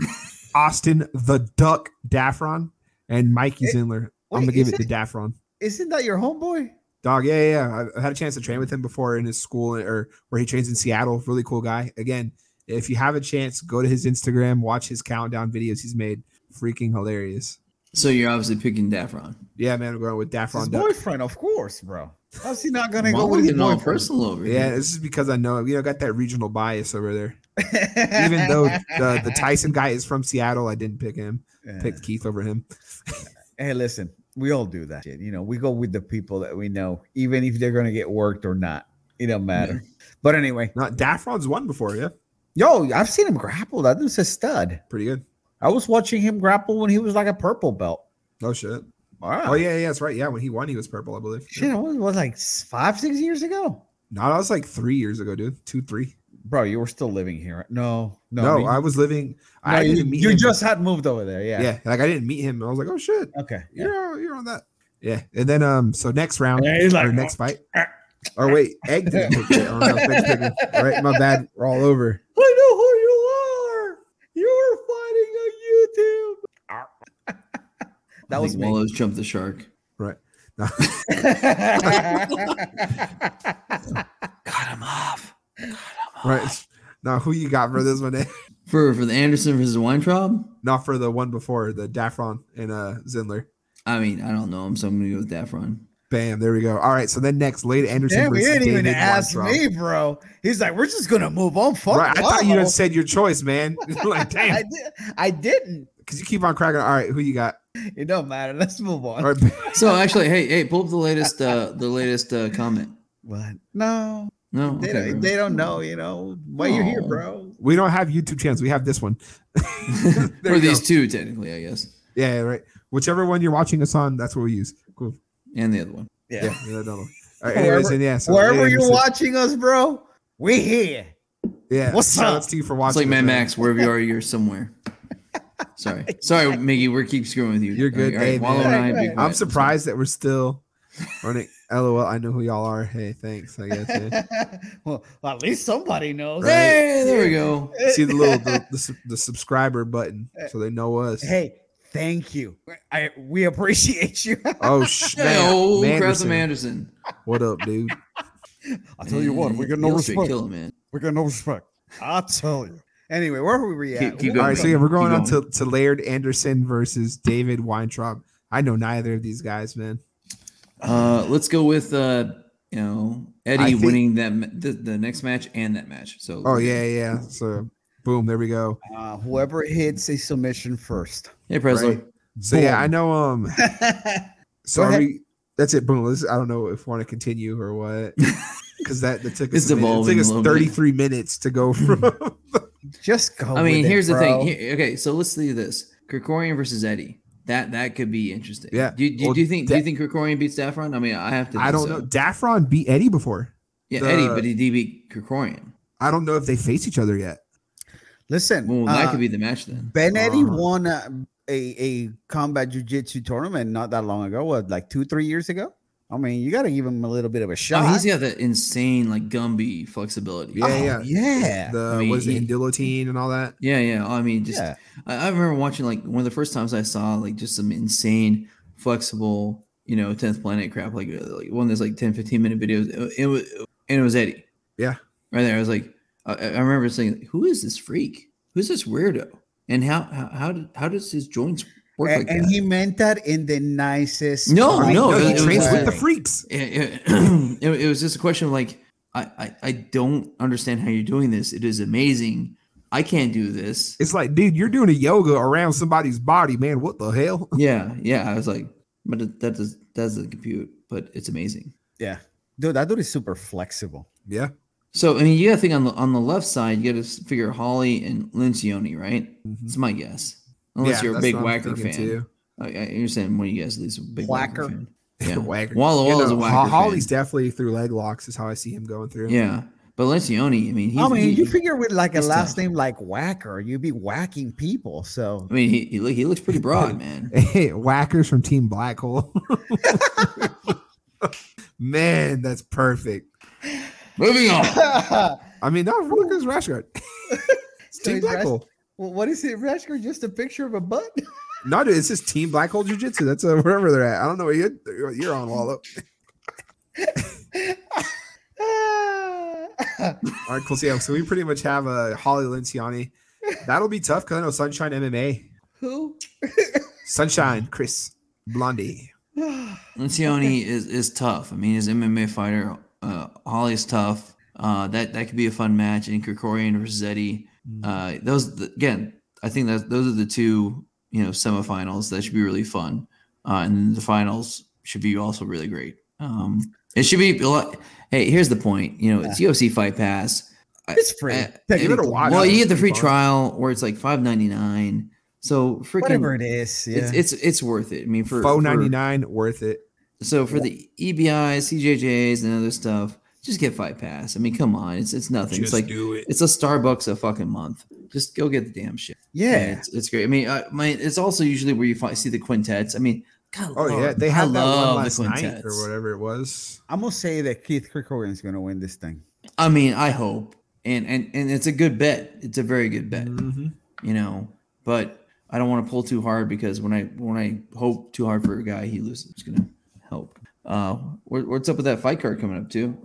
Austin the Duck Daffron and Mikey It- Zindler. wait, I'm gonna give is it to it- Daffron. Isn't that your homeboy? Dog, yeah, yeah, yeah. I- I had a chance to train with him before in his school or where he trains in Seattle. Really cool guy. Again, if you have a chance, go to his Instagram, watch his countdown videos he's made. Freaking hilarious. so you're obviously picking Daffron. Yeah, man, I'm going with It's his Daffron Duck. boyfriend, of course, bro. How's he not *laughs* gonna Why go are we with his getting all boyfriend? personal over Yeah, here? this is because I know you know I got that regional bias over there. Even though uh, the, *laughs* the Tyson guy is from Seattle, I didn't pick him. Yeah. Picked Keith over him. hey, listen, we all do that shit. You know, we go with the people that we know, even if they're gonna get worked or not. It don't matter. But anyway, Not Daffron's won before, yeah. yo, I've seen him grapple. That dude's a stud. Pretty good. I was watching him grapple when he was like a purple belt. Oh shit. All right. Oh yeah, yeah, that's right. Yeah, when he won, he was purple, I believe. Shit, it was, was like s- five, six years ago. No, that was like three years ago, dude. Two, three. Bro, you were still living here. right? No, no. No, you- I was living. no, I you, didn't meet you him. just had moved over there. Yeah. yeah. like I didn't meet him. I was like, oh shit, Okay. Yeah. you're you're on that. Yeah, and then um, so next round Yeah, he's like, or *laughs* next fight. Or wait, egg didn't pick it. Oh, no, Thanks, Pippen. *laughs* All right, my bad. We're all over. I know who you are. You're fighting on YouTube. *laughs* I that think was me. *laughs* Wallows jumped the shark. *sighs* Cut him off. Right now, who you got for this one? eh? For for the Anderson versus Weintraub, Not for the one before the Daffron and uh Zindler. I mean, I don't know him, so I'm gonna go with Daffron. Bam, there we go. All right, so then next, Lade Anderson Damn, he versus didn't even David ask Weintraub. me, bro. He's like, we're just gonna move on. Fuck. Right, I thought you Lalo." had said your *laughs* choice, man. *laughs* like, I, damn, did, I didn't. because you keep on cracking. All right, who you got? It don't matter. *laughs* Let's move on. All right, *laughs* So actually, hey, hey, pull up the latest, uh, the latest uh, comment. What? No, No, they, okay, don't, bro. they don't know. You know why you're here, Aw. bro. we don't have YouTube channels. We have this one. *laughs* *laughs* There or you go. these two technically, I guess, Yeah, right. Whichever one you're watching us on, that's what we use. Cool. and the other one. Yeah. Yeah, yeah that one. All right, anyways, Wherever- and yeah, so Wherever Lade you're Anderson- watching us, bro, we here. Yeah, What's shout up? outs to you for It's watching. like Mad man. Max, wherever you are, *laughs* you're somewhere. Sorry, sorry, Miggy, we're keep screwing with you. You're good. All right, Hey, Wallow man. and I, be I'm quiet. I'm surprised that we're still running. *laughs* LOL, I know who y'all are. Hey, thanks. I guess. *laughs* yeah. well, at least somebody knows. Right. Hey, there we go. See the little the, the, sub- the subscriber button, so they know *laughs* us. hey, thank you. I we appreciate you. *laughs* Oh sh- Hey, man, oh, grab Manderson. some Anderson. What up, dude? I tell you what, we got no Hill Street respect. Kill him, man. We got no respect. I tell you. Anyway, where were we at? Keep- keep What- All right, so yeah, we're going Keep on to, to Laird Anderson versus David Weintraub. I know neither of these guys, man. Uh, let's go with uh, you know I Eddie think- winning that ma- the, the next match and that match. So Oh yeah, yeah. So boom, there we go. Uh, whoever hits a submission first. *laughs* hey Presley, Right. So yeah, Boom. I know. Um, so Go are ahead. we? That's it. Boom. Let's, I don't know if we want to continue or what, because that, that took us. It's a minute. evolving It a took little us bit. Hmm. 33 minutes to go *laughs* from. Just go. I mean with it, here's the bro. thing. Here, okay, so let's see this Krikorian versus Eddie. That that could be interesting. Yeah. Do, do, Well, do you think do you that- think Krikorian beats Saffron? I mean, I have to. I think don't so. know. Daffron beat Eddie before. Yeah, The- Eddie, but he did beat Krikorian. I don't know if they face each other yet. Listen, Well, that uh, could be the match then. Ben Eddy Uh-huh. won a, a, a combat jujitsu tournament not that long ago, what, like two, three years ago? I mean, you got to give him a little bit of a Oh, shot. he's got that insane like Gumby flexibility. Yeah, Oh, yeah, yeah. The I mean, was he- it Indilotine and all that. Yeah, yeah. I mean, just Yeah. I, I remember watching like one of the first times I saw like just some insane flexible, you know, 10th planet crap, like, uh, like one of those like 10, 15 minute videos. It, it was and it was Eddie. Yeah. Right there. I was like, I, I remember saying, Who is this freak? Who's this weirdo? And how how how, did, how does his joints work and, like and that? he meant that in the nicest. No, possible no, he it was trains like- with the way. freaks. it, it, *clears throat* it- it was just a question of like I, I I don't understand how you're doing this. It is amazing. I can't *laughs* do this. It's like, dude, you're doing a yoga around somebody's body, man. What the hell? Yeah, yeah. I was like, but that- that does that doesn't compute. But it's amazing. Yeah. Dude, that dude is super flexible. Yeah. So I mean, you got to think on the on the left side. You got to figure Holly and Lencioni, right? Mhm. That's my guess. Yeah, Unless you're a that's big what I'm Whacker thinking fan. Oh, I, I understand one of you guys at least a big Whacker Whacker. fan. *laughs* Yeah. Whacker. Walla You Walla's know, a Ho- Whacker Holly's fan. definitely through leg locks is how I see him going through. Yeah, but Lencioni, I mean, he's, I mean, he- you figure with like a he's last tough. name like Whacker, you'd be whacking people. So I mean, he he, look, he looks *laughs* pretty broad, man. *laughs* Hey, whackers from Team Black Hole. *laughs* man, that's perfect. *laughs* Moving on. So I mean, that was really good as rash guard. *laughs* It's Team he's Black ras- Hole. Well, what is it, Rashker? Just a picture of a butt? *laughs* No, dude, it's just Team Black Hole Jiu Jitsu. That's uh, wherever they're at. I don't know where you're, you're on, Wallow. All right, cool. So, yeah, so we pretty much have a Holly Lenciani. That'll be tough because I know Sunshine MMA. Who? *sighs* Sunshine, Chris, Blondie. Uh, Lencioni is is tough. I mean, he's an MMA fighter. Uh, Holly's tough. Uh, that that could be a fun match. And Krikorian versus Eddie. Uh, those again, I think that those are the two you know semifinals that should be really fun. Uh, and the finals should be also really great. Um, it should be a lot. Hey, here's the point. You know, it's UFC Fight Pass. It's free. Uh, Technically, give it a watch. Well, you get the free Fun. trial where it's like five ninety nine. So freaking Whatever it is. Yeah. It's, it's it's worth it. I mean, for Four for- ninety nine, worth it. So for the E EBIs, CJJs, and other stuff, just get Fight Pass. I mean, come on, it's it's nothing. it's like do it. it's a Starbucks a fucking month. Just go get the damn shit. yeah. it's, it's great. I mean, uh, I, my it's also usually where you find, see the quintets. I mean, God, Oh yeah, Lord, they I had that one love last the night quintets. or whatever it was. I'm going to say that Keith Krikorian is going to win this thing. I mean, I hope, and and and it's a good bet. It's a very good bet. Mm-hmm. you know. But I don't want to pull too hard because when I when I hope too hard for a guy, he loses. It's gonna help. Uh, what, what's up with that fight card coming up too?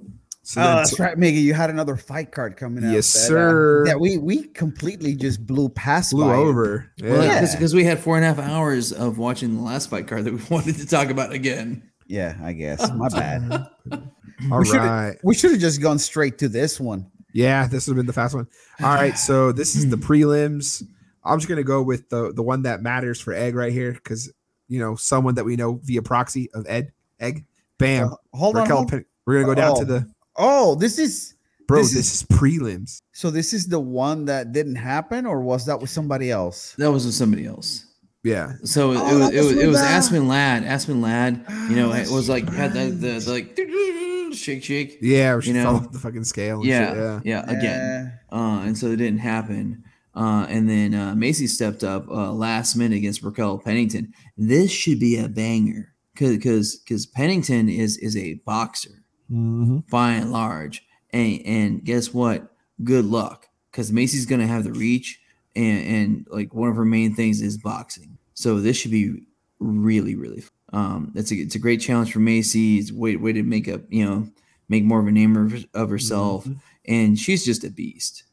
So Oh, then, that's right, Miggy. You had another fight card coming up. Yes, that, uh, sir. that we we completely just blew past. blew by it. over. Yeah. Well, Yeah. *laughs* because we had four and a half hours of watching the last fight card that we wanted to talk about again. Yeah, I guess. Oh, My bad. *laughs* All We should've- right. We should have just gone straight to this one. Yeah, this would have been the fast one. All right, so *laughs* this is the prelims. I'm just gonna go with the the one that matters for Egg right here, because you know someone that we know via proxy of Ed Egg. Bam. Uh, hold on. Raquel hold- Pen- we're gonna go down Oh. to the Oh, this is bro. This This, is- is prelims. so. This is the one that didn't happen, or was that with somebody else? That was with somebody else. Yeah, So it Oh, was that it was, was it was with, uh, Aspen Ladd. Aspen Ladd, you know, it that's was like had the, the, the like shake shake. yeah. She You know. fell off the fucking scale. and shit, Yeah, yeah, again. Uh, and so it didn't happen. Uh, and then uh, Macy stepped up uh, last minute against Raquel Pennington. This should be a banger because because Pennington is is a boxer yeah. Mm-hmm. by and large. And and guess what? Good luck because Macy's gonna have the reach and and like one of her main things is boxing. So this should be really really. Fun. Um, it's a it's a great challenge for Macy. It's a way way to make up you know make more of a name of, of herself. And she's just a beast.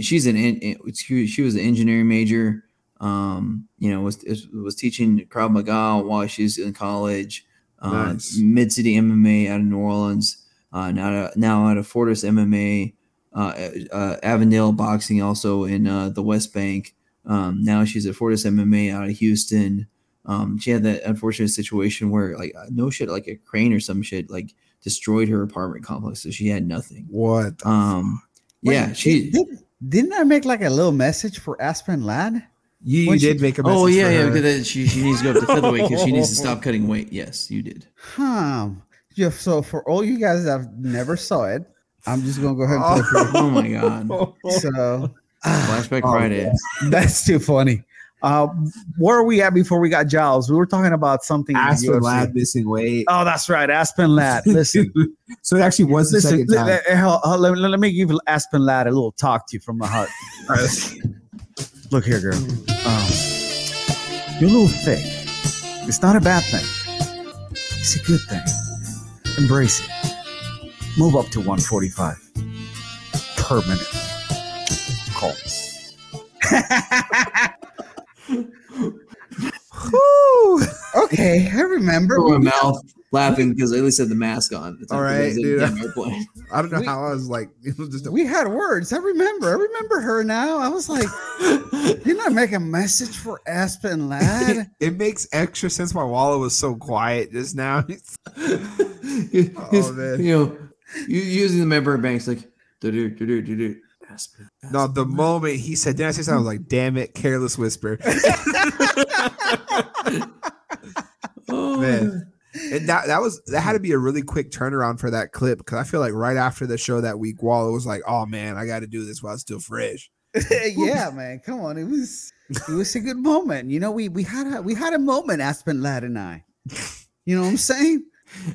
She's an en- en- she she was an engineering major. Um, you know was was teaching Krav Maga while she's in college. Uh, Nice. Mid City MMA out of New Orleans. Uh, now out of- now out of Fortis MMA uh, uh, Avondale Boxing, also in uh, the West Bank. Um, now she's at Fortis MMA out of Houston. Um, she had that unfortunate situation where, like, uh, no shit, like a crane or some shit, like destroyed her apartment complex, so she had nothing. What? the Um, Wait, yeah, did- she. did, didn't I make like a little message for Aspen Lad? you you when did she- make a message. Oh yeah, for yeah. her. *laughs* Because that- she she needs to go up to featherweight because she needs to stop cutting weight. Yes, you did. Huh. Yeah, so for all you guys that have never saw it, I'm just gonna go ahead and play for *laughs* you. Oh my god. So Flashback Oh, Friday. that's too funny. Uh, where are we at before we got Giles? We were talking about something. in the Aspen UFC. lad missing weight. Oh, that's right, Aspen Lad. Listen, *laughs* so it actually was the listen. second Let, let- time. let- let me- let me give Aspen Lad a little talk to you from the *laughs* heart. All right, let's- Look here, girl. Um, you're a little thick. It's not a bad thing. It's a good thing. Embrace it. Move up to 145 per minute. *laughs* Call. *laughs* Whew. Okay, I remember. Open my mouth laughing because I at least had the mask on. It's All like, right, it's a dude. damn airplane. I don't know We- how I was like. *laughs* It was just a, We had words. I remember. I remember her now. I was like, didn't I make a message for Aspen *laughs* Lad? it makes extra sense why Walla was so quiet just now. *laughs* you, *laughs* Oh, man. *laughs* you know, you using the member banks like do-do, do-do, do-do. Aspen, no, the moment he said, "Did I say something?" I was like, "Damn it, careless whisper." oh, Man. And that that was that had to be a really quick turnaround for that clip because I feel like right after the show that week, Walla was like, "Oh man, I got to do this while it's still fresh." yeah, man. Come on. It was it was a good moment. You know, we we had a we had a moment, Aspen Ladd and I. You know what I'm saying?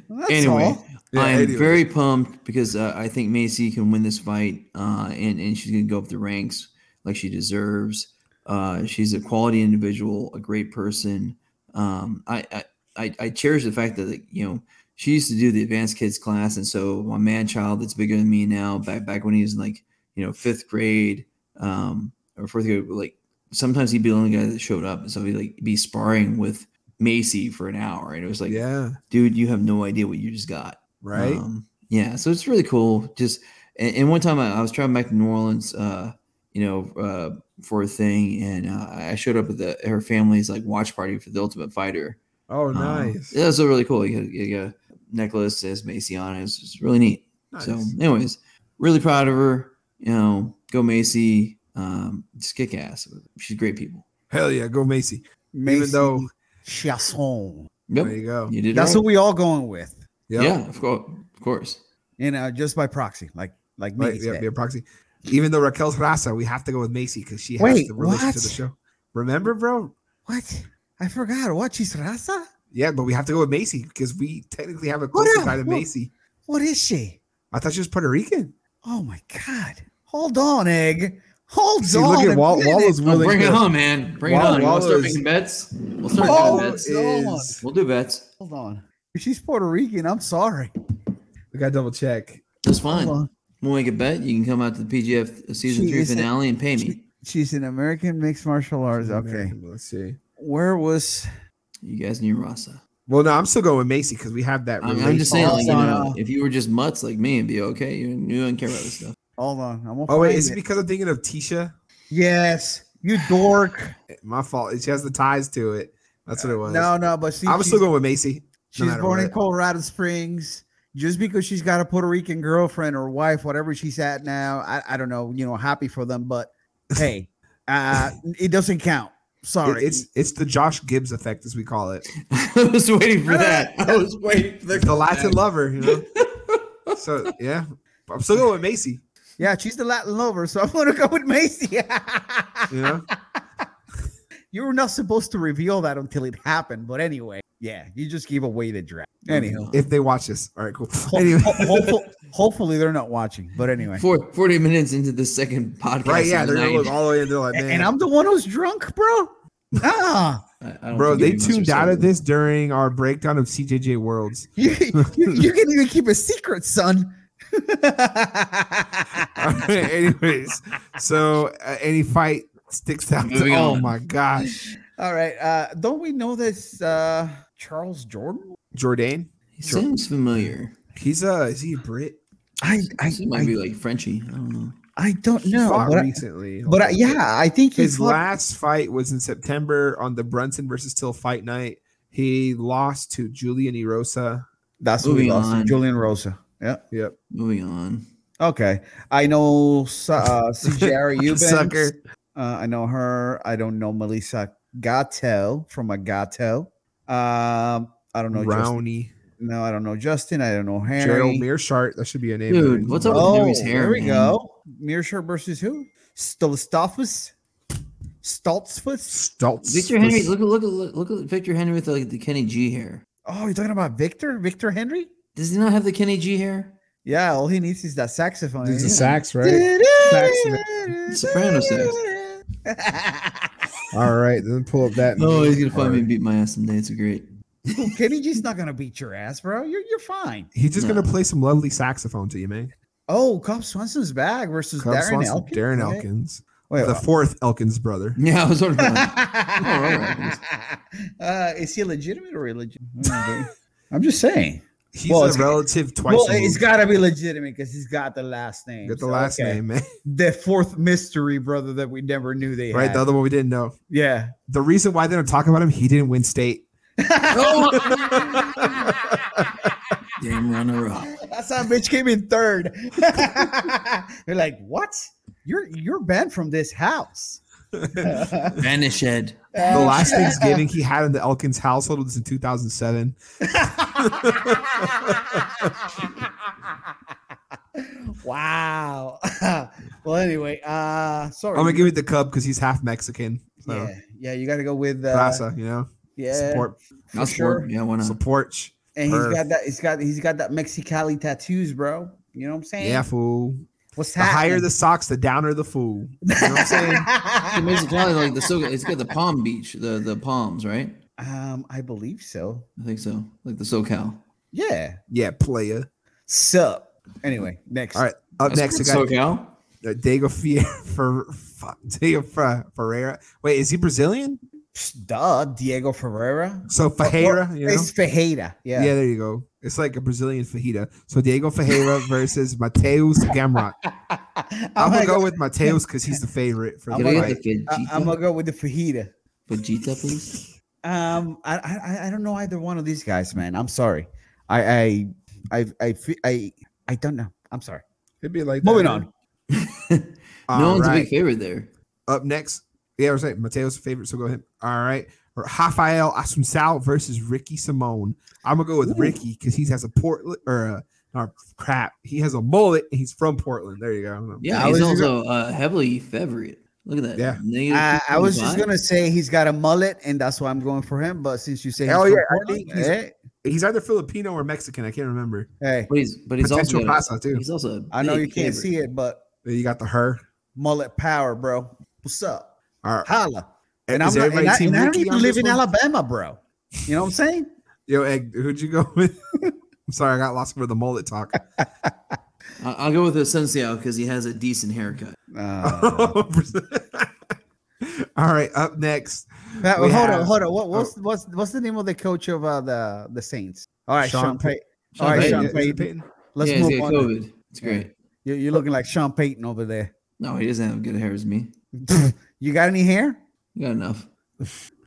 That's Anyway, all. I am anyway. very pumped because uh, I think Macy can win this fight, uh, and and she's gonna go up the ranks like she deserves. Uh, she's a quality individual, a great person. Um, I, I I I cherish the fact that like, you know she used to do the advanced kids class, and so my man child that's bigger than me now, back back when he was in like you know fifth grade um, or fourth grade, like sometimes he'd be the only guy that showed up, and so he'd like be sparring with Macy for an hour, and it was like yeah, dude, you have no idea what you just got. right. Um, yeah. So it's really cool. Just and, and one time I, I was traveling back to New Orleans, uh, you know, uh, for a thing, and uh, I showed up at the her family's like watch party for the Ultimate Fighter. oh, Um, nice. yeah, so really cool. You got, you got a necklace that says Macy on it. It's just really neat. nice. So, anyways, really proud of her. You know, go Macy. Um, just kick ass. She's great people. Hell yeah, go Macy. Even Macy though Chasson. Yep. there you go. You did That's right. what we all going with. Yep. Yeah, of course. Of course. You know, just by proxy, like like me. Right, yeah, be a proxy. Even though Raquel's Rasa, we have to go with Macy because she has Wait, the relation to what? the show. Remember, bro? What? I forgot. What? She's Raza? Yeah, but we have to go with Macy because we technically have a What closer up? tie to What- Macy. What is she? I thought she was Puerto Rican. Oh my god. Hold on, egg. Hold See, on. look at a Wall. minute. Wall is Oh, really bring good. *laughs* it on, Oh, man. Bring Wall- it on. You want Wall to start is- making bets? We'll start Wall Wall making bets. is- is- We'll do bets. Hold on. If she's Puerto Rican, I'm sorry. we gotta double check. That's Hold fine. on. We'll make a bet. You can come out to the PGF season She three is a- finale and pay me. she- She's an American mixed martial arts. Okay. American, but Let's see. Where was You guys knew Rasa. Well, no, I'm still going with Macy because we have that. I mean, I'm relate- just saying, like, you on, know, uh, if you were just mutts like me, it'd be okay. You, you wouldn't care about this stuff. *laughs* Hold on. I'm oh wait, is it because I'm thinking of Tisha? yes, you dork. My fault. She has the ties to it. That's Uh, what it was. No, no, but see, I'm still she's- going with Macy. no She's matter born in what. Colorado Springs. Just because she's got a Puerto Rican girlfriend or wife, whatever she's at now, I, I don't know, you know, happy for them, *laughs* but hey, uh, it doesn't count. It- Sorry. it's it's the Josh Gibbs effect, as we *laughs* call it. I was waiting for that. *laughs* I was waiting for the Latin lover, you *laughs* know. so yeah, I'm still going with Macy. yeah, she's the Latin lover, so I'm gonna go with Macy. *laughs* You know, you were not supposed to reveal that until it happened, but anyway, yeah, you just gave away the draft. Anyhow, if they watch this, *laughs* all right, cool. ho- Anyway, ho- hopeful- hopefully they're not watching, but anyway. For 40 minutes into the second podcast. right? Yeah, of they're the gonna night. look all the way. They're like, man, And I'm the one who's drunk, bro. Ah. I- I don't bro. think They any of us are tuned out of sober. this during our breakdown of *laughs* CJJ Worlds. *laughs* You, you, you can even keep a secret, son. *laughs* All right, anyways, so uh, any fight sticks out. To, Moving oh on. my gosh, All right. Uh, don't we know this uh, Charles Jordan? Jordan. He seems familiar. He's uh, is he a Brit? I I, He might be like Frenchie. I don't know. I don't He know. fought But, I, recently, but I- yeah, I think he's His last fight was in September on the Brunson versus Till fight night. He lost to Julian Erosa. that's who we Moving lost to on. Julian Rosa. Yeah. Yep. Moving on. Okay. I know Su- uh, *laughs* CJR Eubanks. Sucker. Uh, I know her. I don't know Melissa Gatto from Agato. Um, I don't know. Justin. Rowney. No, I don't know Justin. I don't know Harry. Gerald Mearshart. That should be a name. Dude, what's up with Oh, Harry's hair? there we man? go. Mearshart versus who? Stolstophus? Stoltzfus? Stoltz. Victor Henry. Look at look at look, look at Victor Henry with like the Kenny G hair. Oh, you're talking about Victor? Victor Henry? Does he not have the Kenny G hair? Yeah, all he needs is that saxophone. eh? It's a Yeah. sax, right? *laughs* Saxophone. Soprano *laughs* All right, then pull up that. Oh, he's gonna find me and beat my ass someday. It's great. *laughs* Dude, Kenny G's not gonna beat your ass, bro. You're you're fine. He's just No. gonna play some lovely saxophone to you, man. Oh, Cobb Swanson's back versus Cub Darren Swanson, Elkins. Darren right? Elkins, Wait, *laughs* the fourth Elkins brother. Yeah, I was wondering. *laughs* *laughs* about uh, is he legitimate or illegitimate? I'm just saying. He's Well, a it's- relative *laughs* twice. well, removed. it's got to be legitimate because he's got the last name. Got the so, last okay. name, man. *laughs* The fourth mystery brother that we never knew they Right, had. the other one we didn't know. yeah. The reason why they don't talk about him, he didn't win state. Oh that. Damn runner up. That's how bitch came in third. *laughs* They're like, what? You're you're banned from this *laughs* house. the Vanish head. The last *laughs* Thanksgiving he had in the Elkins household was in 2007. *laughs* wow. *laughs* well, anyway, uh, sorry. I'm gonna give it the Cub because he's half Mexican. So yeah, yeah, you got to go with uh, Plaza, you know, yeah, support, for I'll sure. support. Yeah, why not? support. And he's Perf. got that. He's got he's got that Mexicali tattoos, bro. You know what I'm saying? Yeah, fool. What's The higher happening? the socks, the downer the fool. You know what *laughs* I'm saying? It *laughs* makes it probably like the so it's got the Palm Beach, the the palms, right? um, I believe so. I think so. Like the SoCal. Yeah. yeah, player. Sup. Anyway, next. All right. Up That's next, we got SoCal. uh, Diego *laughs* Fier for Diego Fer- Ferreira. Wait, is he Brazilian? Psh, Duh, Diego Ferreira. So Ferreira, you know? It's Fajeda. Yeah. Yeah. *laughs* there you go. It's like a Brazilian fajita. So *laughs* Diego Ferreira versus Mateus Gamrot. Oh I'm, I'm, gonna go. with Mateus because he's the favorite for I'm the Can I gonna- fight. get the I- Vegeta? I'm gonna go with the fajita. Vegeta, please. *laughs* Um, I, I I don't know either one of these guys, man. I'm sorry. I I I I fe- I, I don't know. I'm sorry. It'd be like Moving on. All no one's a right. big favorite there. Up next, yeah, I was right. Mateo's favorite, so go ahead. All right. Rafael Assunção versus Ricky Simone. I'm gonna go with Ooh. Ricky because he has a Portland or a, or crap. He has a mullet and he's from Portland. There you go. I Yeah, he's was just- also uh, heavily favorite. Look at that. Yeah. Negative I, I was just 2.5. gonna say he's got a mullet, and that's why I'm going for him. But since you say, he's Hell from yeah, I Portland, think he's- eh, He's either Filipino or Mexican. I can't remember. hey, But he's but he's also Potential got a- Pasa too. he's also. a I know you big can't favorite. see it, but You got the her. mullet power, bro. What's up? All right. Holla. And Is I'm not, and everybody I, team and I don't Ricky even on live this in one? Alabama, bro. You know what I'm *laughs* saying? Yo, Egg, who'd you go *laughs* with? I'm sorry, I got lost with the mullet *laughs* talk. *laughs* I- I'll go with Asensio because he has a decent haircut. Uh, All right, up next, Uh, We hold on, have- hold on. What, what's what's what's the name of the coach of uh, the the Saints? All right, Sean Sean, Payton. Sean All right, Payton. Sean Payton. Let's yeah, he's move got on. COVID. It's great. You, you're looking like Sean Payton over there. No, he doesn't have as good hair as me. you got any hair? You *laughs* got enough.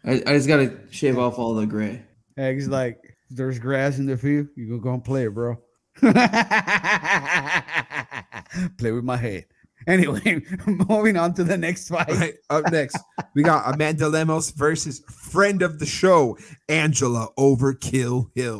I, I just got to shave off all the gray. Yeah, he's like, there's grass in the field. You go go and play it, bro. *laughs* play with my head. Anyway, *laughs* moving on to the next fight. All right, up next, we got Amanda Lemos versus friend of the show, Angela Overkill Hill.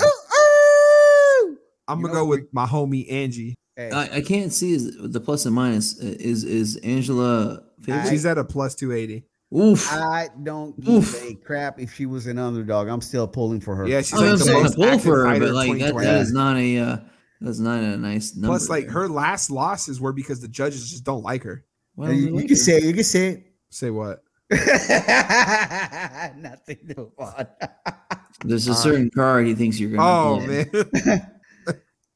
I'm You gonna know go with my homie Angie. *laughs* Hey, I, I can't see is the plus and minus Uh, is is Angela. favorite? She's at a plus 280. Oof. I don't give Oof. a crap if she was an underdog. I'm still pulling for her. Yeah, she's I like was the saying most to pull active for her, fighter but of like that, 2020. that is not a uh, that's not a nice number. Plus, like there. her last losses were because the judges just don't like her. Why Uh, don't they You, you like can her? say it. You can say it. Say what? *laughs* Nothing to *laughs* there's a certain car he thinks you're gonna. Oh play. man, the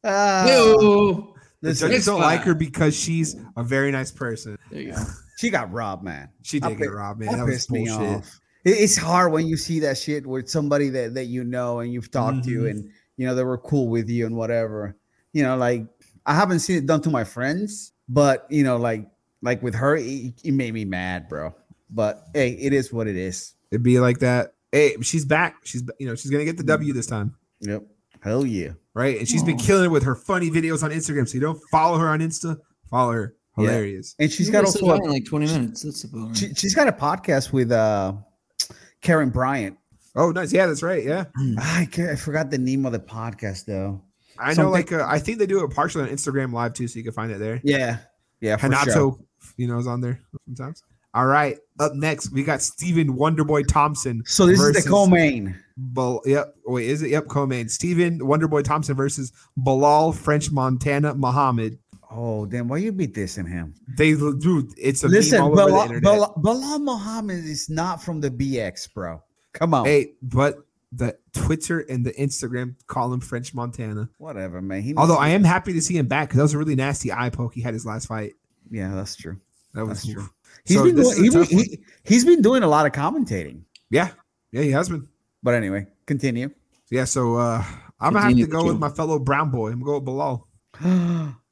Uh, No. listen, judges next don't like fight. her because she's a very nice person. There you go. she got robbed, man. She I did get pi- robbed, man. That, That was pissed me bullshit. off. It- It's hard when you see that shit with somebody that, that you know and you've talked to Mhm. and you know they were cool with you and whatever. You know, like I haven't seen it done to my friends, but you know, like like with her, it, it made me mad, bro. But hey, it is what it is. It'd be like that. Hey, she's back. She's you know she's gonna get the W this time, Yep. Hell yeah. right? And she's been Aw. killing it with her funny videos on Instagram. So you don't follow her on Insta. Follow her. Yeah. Hilarious. And she's You got were sitting also down a, in like 20 minutes. That's about she, right. she's got a podcast with uh Karen Bryant. Oh, nice. Yeah, that's right. Yeah, I can't, I forgot the name of the podcast though. I know. Something- Like uh, I think they do it partially on Instagram Live too, so you can find it there. Yeah. Yeah. For Hanato, sure. you know, is on there sometimes. All right. Up next, we got Steven Wonderboy Thompson. So this is versus the co-main. Bal- yep. Wait, is it? Yep. Co-main. Steven Wonderboy Thompson versus Balal French Montana Muhammad. Oh, then why you be dissing him? They, dude, it's a meme Listen, all over the Bala, internet. Bala, Bilal Muhammad is not from the BX, bro. Come on. Hey, but the Twitter and the Instagram call him French Montana. Whatever, man. He Although needs- I am happy to see him back because that was a really nasty eye poke he had his last fight. yeah, that's true. That was That's true. oof. He's So been this doing, is a tough one. he, he, has been doing a lot of commentating. yeah, yeah, he has been. But anyway, continue. *gasps* Yeah, so uh, I'm gonna have Continue to to go with kill. my fellow brown boy. I'm gonna go with Bilal.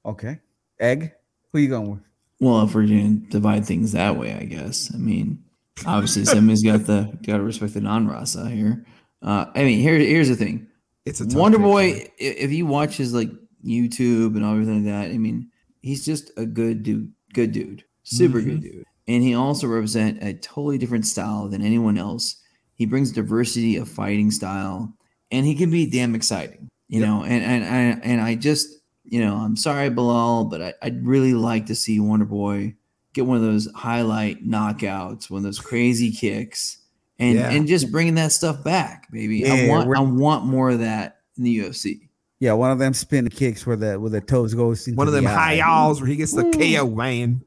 okay. Egg, who you going with? Well, if we're gonna divide things that way, I guess. I mean, obviously somebody's got the gotta respect the non-rasa here. Uh, I mean, here here's the thing. It's a tough Wonder pick, Boy, man. i- if you watch his like YouTube and everything like that, I mean, he's just a good dude, good dude, super Mm-hmm. good dude, and he also represent a totally different style than anyone else. He brings diversity of fighting style, and he can be damn exciting, you know. And and and, and I just, you know, I'm sorry, Bilal, but I, I'd really like to see Wonder Boy get one of those highlight knockouts, one of those crazy kicks and Yeah. and just bringing that stuff back, baby. I Yeah, want we're- I want more of that in the UFC. Yeah, one of them spin kicks where the where the toes goes into One of them the high eye. y'alls where he gets the Ooh. KO win.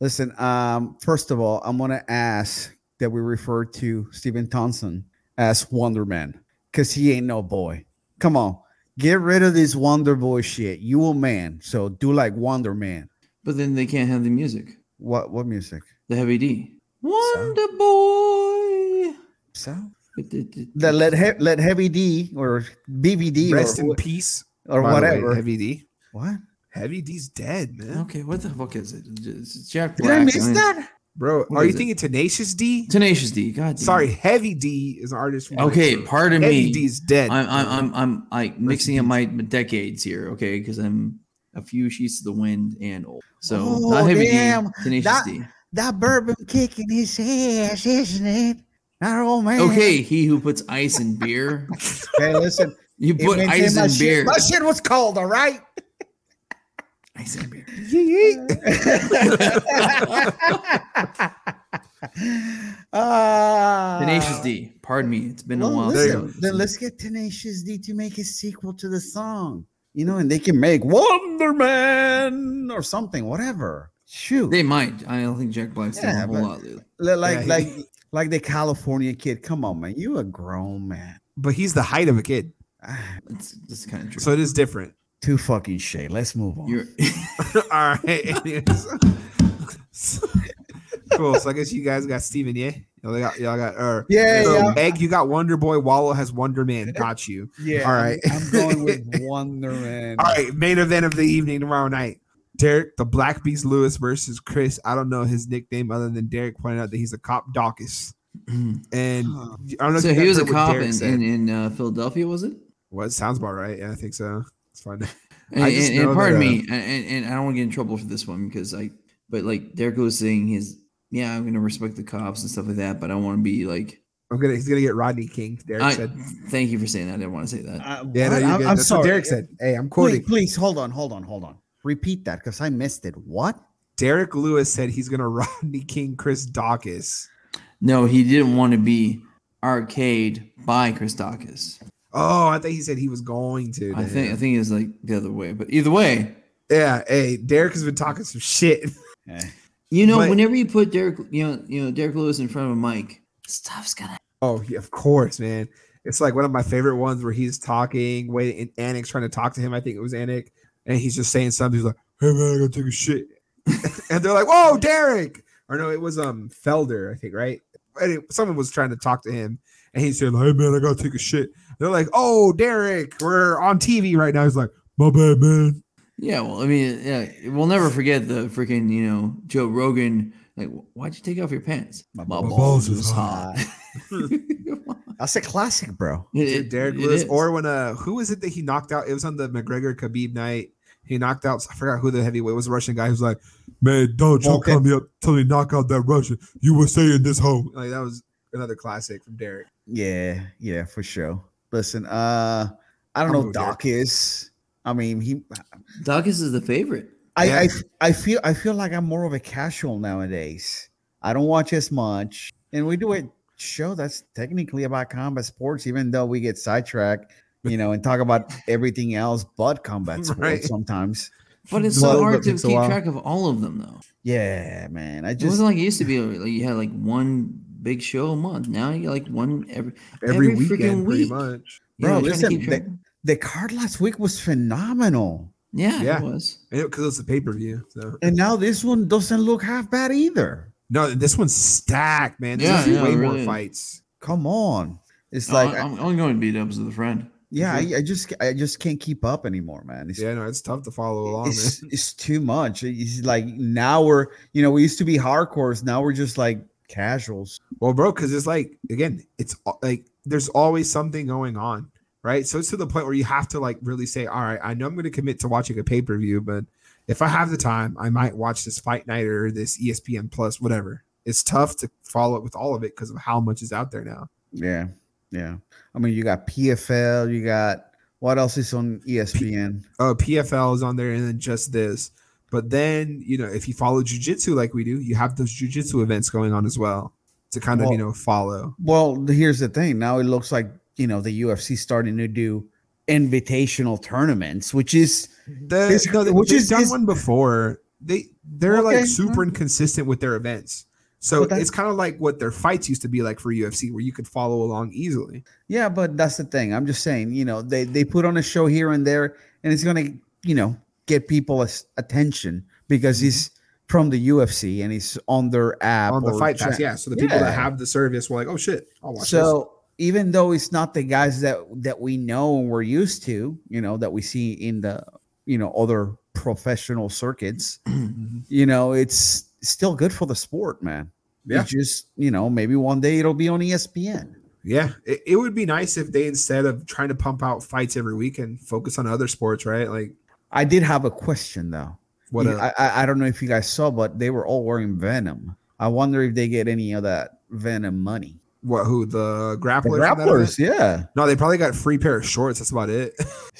Listen, um, first of all, I'm gonna ask that we refer to Stephen Thompson as Wonder Man because he ain't no boy. Come on, get rid of this Wonder Boy shit. You a man, so do like Wonder Man. But then they can't have the music, What what music? the heavy D. Wonder Boy. So let let, he, let Heavy D or BBD Rest or, in peace. or by the way, whatever. Heavy D. what Heavy D's dead, man. Okay, what the fuck is it? It's Jack did Black. I miss mean, that? Bro, What are you is it? thinking Tenacious D? Tenacious D. God. damn. Sorry, Heavy D is an artist from Okay, Detroit. pardon Heavy me. D's dead. I'm I'm I'm, I'm like mixing up my decades here, okay? Because I'm a few sheets to the wind and old. So Oh, not heavy damn. D. Tenacious That- D. That bourbon kicking his ass, isn't it? That old man. Okay, he who puts ice in beer. Hey, listen. You It put maintained ice my in shit. beer. My shit was cold, all right. Ice in beer. *laughs* uh, Tenacious D. Pardon me. It's been a well, while. There you listen, then let's get Tenacious D to make a sequel to the song. You know, and they can make Wonder Man or something, whatever. Shoot, They might. I don't think Jack Black's done Yeah, a whole but- lot lately. Li- like Yeah, like he- like the California kid. Come on, man, you a grown man. but he's the height of a kid. Ah, That's, that's kind of true. So it is different. *laughs* Too fucking shade. Let's move on. *clears throat* You're, *laughs* All right. anyways. cool. So I guess you guys got Steven, yeah? Y'all got, y'all got, uh, Yeah, so, yeah. Egg, you got Wonder Boy. Wallow has Wonder Man. Got you. Yeah. All I'm- right. I'm, going *laughs* with Wonder Man. All right, main event of the evening tomorrow night. Derek the Black Beast Lewis versus Chris. I don't know his nickname other than Derek pointed out that he's a cop Dawkins. And Huh. I don't know if So you guys he was a heard what cop Derek in, said. in, in uh, Philadelphia, was it? Well, it sounds about right. Yeah, I think so. It's fine. *laughs* And, I just and, and know pardon that, uh, me, and, and, and I don't want to get in trouble for this one because I, but like Derek was saying, his yeah, I'm going to respect the cops and stuff like that, but I want to be like, I'm gonna he's gonna get Rodney King. Derek I, said. thank you for saying that. I didn't want to say that. Uh, Yeah, no, what? you're I'm, good. I'm That's sorry. what Derek said. Hey, I'm quoting. Wait, please hold on, hold on, hold on. Repeat that because I missed it. What? Derek Lewis said he's gonna *laughs* Rodney King Chris Dawkins. No, he didn't want to be arcade by Christakis. Oh, I think he said he was going to. I then. think I think it's like the other way, but either way, Yeah, hey, Derek has been talking some shit. *laughs* Eh. you know, But- whenever you put Derek, you know, you know Derek Lewis in front of a mic, stuff's gonna. Oh, yeah, of course, man. It's like one of my favorite ones where he's talking, waiting, and Anik's trying to talk to him. I think it was Anik, and he's just saying something. He's like, "Hey man, I gotta take a shit," *laughs* and they're like, "Whoa, Derek!" Or no, it was um Felder, I think, right? And it- someone was trying to talk to him, and he said, "Hey man, I gotta take a shit." They're like, "Oh, Derek, we're on TV right now." He's like, "My bad, man." Yeah, well, I mean, yeah, we'll never forget the freaking, you know, Joe Rogan. Like, why'd you take off your pants? My balls is *laughs* *laughs* That's a classic, bro. It- Dude, it- Derek it Lewis, is. or when uh, who was it that he knocked out? It was on the McGregor Khabib night. He knocked out. I forgot who the heavyweight was. A Russian guy who's like, man, don't you Volkan. call me up till you knock out that Russian. You were saying this whole like that was another classic from Derek. Yeah, yeah, for sure. Listen, uh, I don't I'm know. with Derek. Doc is. I mean, he. Dawkins is the favorite. I, Yeah. I I feel I feel like I'm more of a casual nowadays. I don't watch as much, and we do a show that's technically about combat sports, even though we get sidetracked, you know, and talk about *laughs* everything else but combat sports Right. sometimes. But it's Well, so that hard to takes keep a while. track of all of them, though. Yeah, man. I it just wasn't like it used to be. Like you had like one big show a month. Now you got like one every. Every, Every freaking weekend, pretty week. much. Yeah, Bro, trying to listen, keep they- track- the card last week was phenomenal, yeah, Yeah. it was. Because it was the pay per view. So and now this one doesn't look half bad either. no, this one's stacked, man. This Yeah, is yeah, way it more really is. fights. Come on, it's No, like I- Uh, I'm, I'm going to beat ups with a friend. *clears throat* yeah, I, sure. I just I just can't keep up anymore, man. It's Yeah, no, it's tough to follow along. man. it's, it's too much. It's like now we're, you know, we used to be hardcores. Now we're just like casuals. Well, bro, because it's like again, it's al- like there's always something going on, right? So it's to the point where you have to like really say, all right, I know I'm going to commit to watching a pay per view, but if I have the time, I might watch this fight night or this E ESPN Plus, whatever. It's tough to follow up with all of it because of how much is out there now. Yeah. Yeah. I mean, you got PFL, you got what else is on E ESPN? Oh, PFL is on there, and then just this. But then you know, if you follow jujitsu like we do, you have those jujitsu events going on as well to kind of Well- you know follow. Well, th- here's the thing. Now it looks like, you know, the UFC starting to do invitational tournaments, which is, The, It's- no, they- which they've is- done is- one before. They they're Okay. mm-hmm. like super inconsistent with their events. So But that- it's kind of like what their fights used to be like for UFC, where you could follow along easily. yeah, but that's the thing. I'm just saying, you know, they, they put on a show here and there and it's going to, you know, get people as- attention because he's from the UFC and he's on their app Mm-hmm. on the or fight chat. pass. Yeah. So the people Yeah. that have the service were like, oh shit, I'll watch this. so even though it's not the guys that that we know and we're used to you know that we see in the you know other professional circuits you know it's still good for the sport man Yeah. It's just you know maybe one day it'll be on E espn Yeah. It, it would be nice if they instead of trying to pump out fights every week and focus on other sports, right? Like i did have a question though what You- a- I, I i don't know if you guys saw but they were all wearing venom i wonder if they get any of that venom money what who the The grapplers? from that grapplers event? yeah No, they probably got free pair of shorts. That's about it. *laughs*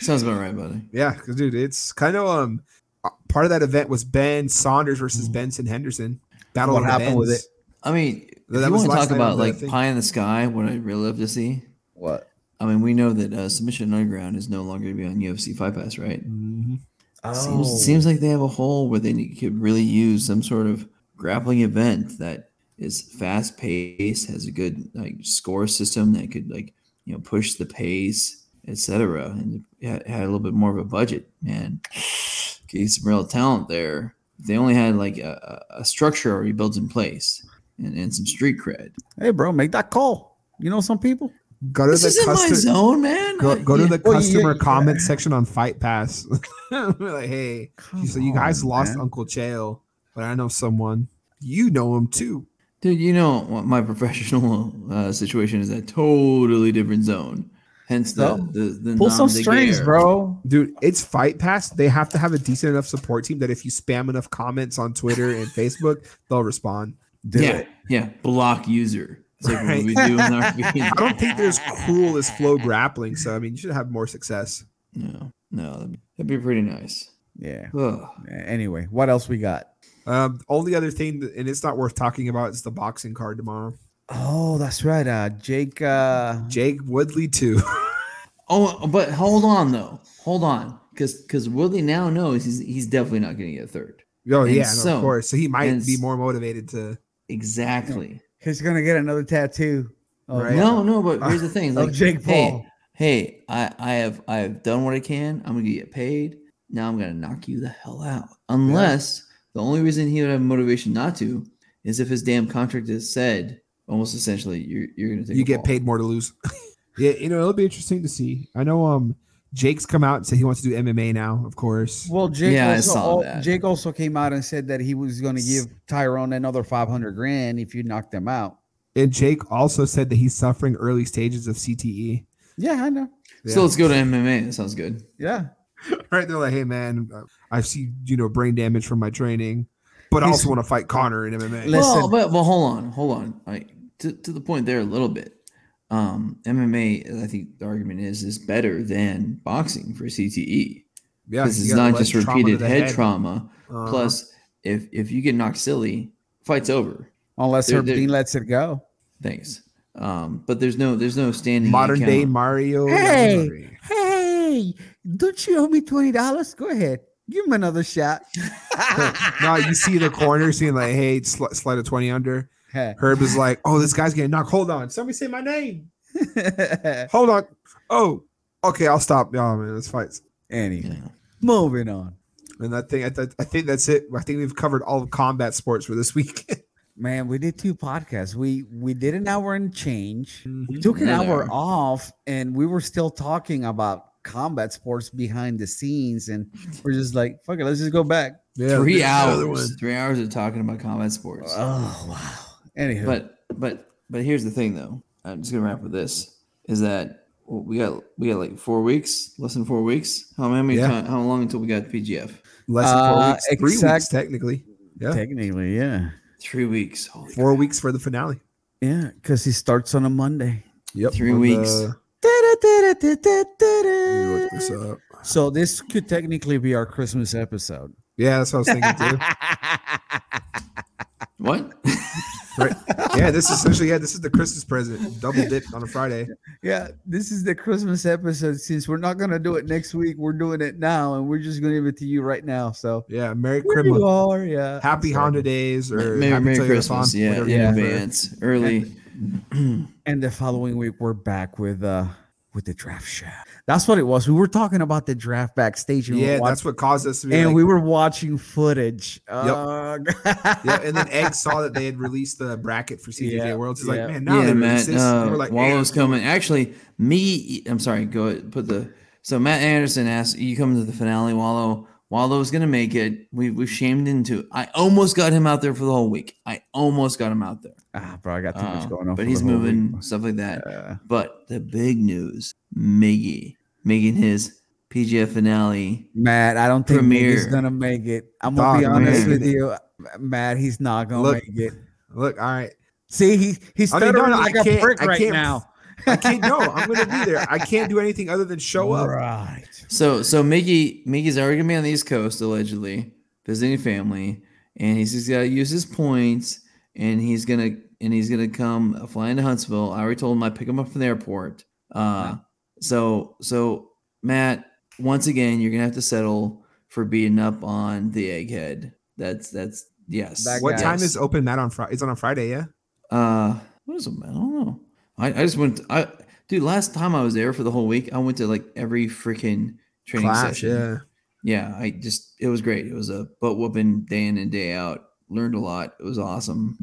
Sounds about right, buddy. Yeah, because dude, it's kind of um uh, part of that event was Ben Saunders versus Benson Henderson. Battle Mm. What of the happened with Bens. I mean, if That you was want to last talk night about of the like thing. pie in the sky, what I'd really love to see. what I mean, we know that uh, Submission Underground is no longer going to be on UFC Fight Pass, right? Mm-hmm. Oh. Oh. Seems, it seems like they have a hole where they need- could really use some sort of grappling event that is fast paced, has a good like score system that could like you know push the pace, etc. And had, had a little bit more of a budget, man. *sighs* Get some real talent there. If They only had like a, a a structure already built in place, and, and some street cred. Hey, bro, make that call. You know some people. Go to this the isn't my customer. zone, man. Go, go to the Well, you- customer you- comment section on Fight Pass. *laughs* We're like, hey, so you Come guys on, lost man. Uncle Chael, but I know someone. You know him too. Dude, you know what my professional uh, situation is a totally different zone. Hence Oh. the So, the, the Pull some nom de strings, guerre. bro. Dude, it's Fight Pass. They have to have a decent enough support team that if you spam enough comments on Twitter *laughs* and Facebook, they'll respond. Do yeah, it. yeah. Block user. It's like *laughs* Right. what we do in I RPG. don't think there's cruel as flow grappling, so I mean, you should have more success. no, no, that'd be, that'd be pretty nice. Yeah. Ugh. Anyway, what else we got? Um, only other thing, that, and it's not worth talking about, is the boxing card tomorrow. Oh, that's right. Uh, Jake. Uh, Jake Woodley too. *laughs* Oh, but hold on though, hold on, because because Woodley now knows he's he's definitely not going to get a third. oh And yeah, no, so- of course. So he might and be s- more motivated to. Exactly. he's gonna get another tattoo. of- Right. No, no, but here's the *laughs* thing. Of Like, Jake hey, Paul. hey, I, I have I have done what I can. I'm gonna get paid. Now I'm gonna knock you the hell out. Unless the only reason he would have motivation not to is if his damn contract is said almost essentially you're you're gonna take you a get fall. paid more to lose. *laughs* yeah, you know it'll be interesting to see. I know um Jake's come out and said he wants to do MMA now. Of course, Well, Jake. Yeah, I also, saw al- that. Jake also came out and said that he was gonna S- give Tyrone another five hundred grand if you knocked him out. and Jake also said that he's suffering early stages of E. CTE. Yeah, I know. Yeah. So let's go to MMA. That sounds good. Yeah, *laughs* right, they're like, hey man, I see you know brain damage from my training, but I He's- also want to fight Connor in MMA. Listen. Well, but well, hold on, hold on. I to, to the point there a little bit. Um, MMA, I think the argument is is better than boxing for CTE yeah, because you it's gotta let not just trauma to repeated the head, trauma. Uh-huh. Plus, if if you get knocked silly, fight's over. unless Dude, her dude. dean lets it go. Thanks. Um, but there's no there's no standing modern day account. Mario. Hey! *laughs* Yamanori. Hey, don't you owe me twenty dollars? Go ahead, give him another shot. now you see the corner seeing like, hey, sl- slide a twenty under. *laughs* *laughs* Hey. Herb is like, oh, this guy's getting knocked. Hold on, somebody say my name. Hold on. Oh, okay, I'll stop. Oh man, this fights. anyway, Yeah. moving on. And that thing, I, th- I think that's it. I think we've covered all of combat sports for this week. *laughs* Man, we did two podcasts. We we did an hour and change. We Mm-hmm. took an Another hour off, and we were still talking about combat sports behind the scenes, and we're just like, "Fuck it, let's just go back." yeah, three there's another hours. Three hours of talking about combat sports. Uh, Oh wow! Anywho, But but but here's the thing though. I'm just gonna wrap with this: is that we got we got like four weeks, less than four weeks. How many? Yeah. Time, how long until we got PGF? Less than four Uh, weeks. Three weeks exact- technically. Yeah, technically, yeah, Three weeks. Holy four weeks for the finale. yeah, because he starts on a Monday. Yep, Three for weeks. the- let me look this up. So this could technically be our Christmas *laughs* episode. Yeah, that's what I was thinking too. *laughs* What? Right. Yeah, this is essentially yeah, this is the Christmas present. Double dipped on a Friday. Yeah, this is the Christmas episode. Since we're not gonna do it next week, we're doing it now, and we're just gonna give it to you right now. So Yeah, Merry Here you Christmas. are, yeah. Happy Honda days or Merry, Happy Merry Toyota Christmas. Thon, Yeah, whatever in you prefer. advance, early. And the following week, we're back with uh with the draft show. That's what it was. We were talking about the draft backstage, and, we were Yeah, watch- that's what caused us to be and like, we were watching footage. Uh, yeah, and then Egg saw that they had released the bracket for CJJ Yeah, Worlds. He's yeah. like, man, now yeah, they Matt. released this. And Uh, we're like, Wallow's "Eh." coming. Actually, me. I'm sorry. Go ahead, put the. So Matt Anderson asked, "You coming to the finale, Wallow? Wallow's gonna make it. We we shamed into. It. I almost got him out there for the whole week. I almost got him out there. *laughs* ah, bro, I got too Uh, much going on. but for he's the whole week, moving bro. stuff like that. Uh, But the big news, Miggy making his PGF finale. Matt, I don't think he's Premiere. gonna make it. I'm gonna be Dog, honest man. with you, Matt. He's not gonna Look. make it. look, all right, See, he he's I mean, no, stuttering no, I like a can't- prick I right can't- now. I can't go. I'm gonna be there. I can't do anything other than show up. Right. So so Miggy Miggy's already gonna be on the East Coast allegedly visiting family, and he's just gotta use his points, and he's gonna and he's gonna come flying to Huntsville. I already told him I pick him up from the airport. Uh, so so Matt, once again, you're gonna have to settle for beating up on the egghead. That's that's yes. That What guy. time yes. is open, Matt? On Friday? It's on a Friday, yeah. Uh, what is it? man? I don't know. I, I just went. I dude, last time I was there for the whole week, I went to like every freaking training Clash, session. yeah. Yeah, I just it was great. It was a butt whooping day in and day out. Learned a lot. It was awesome.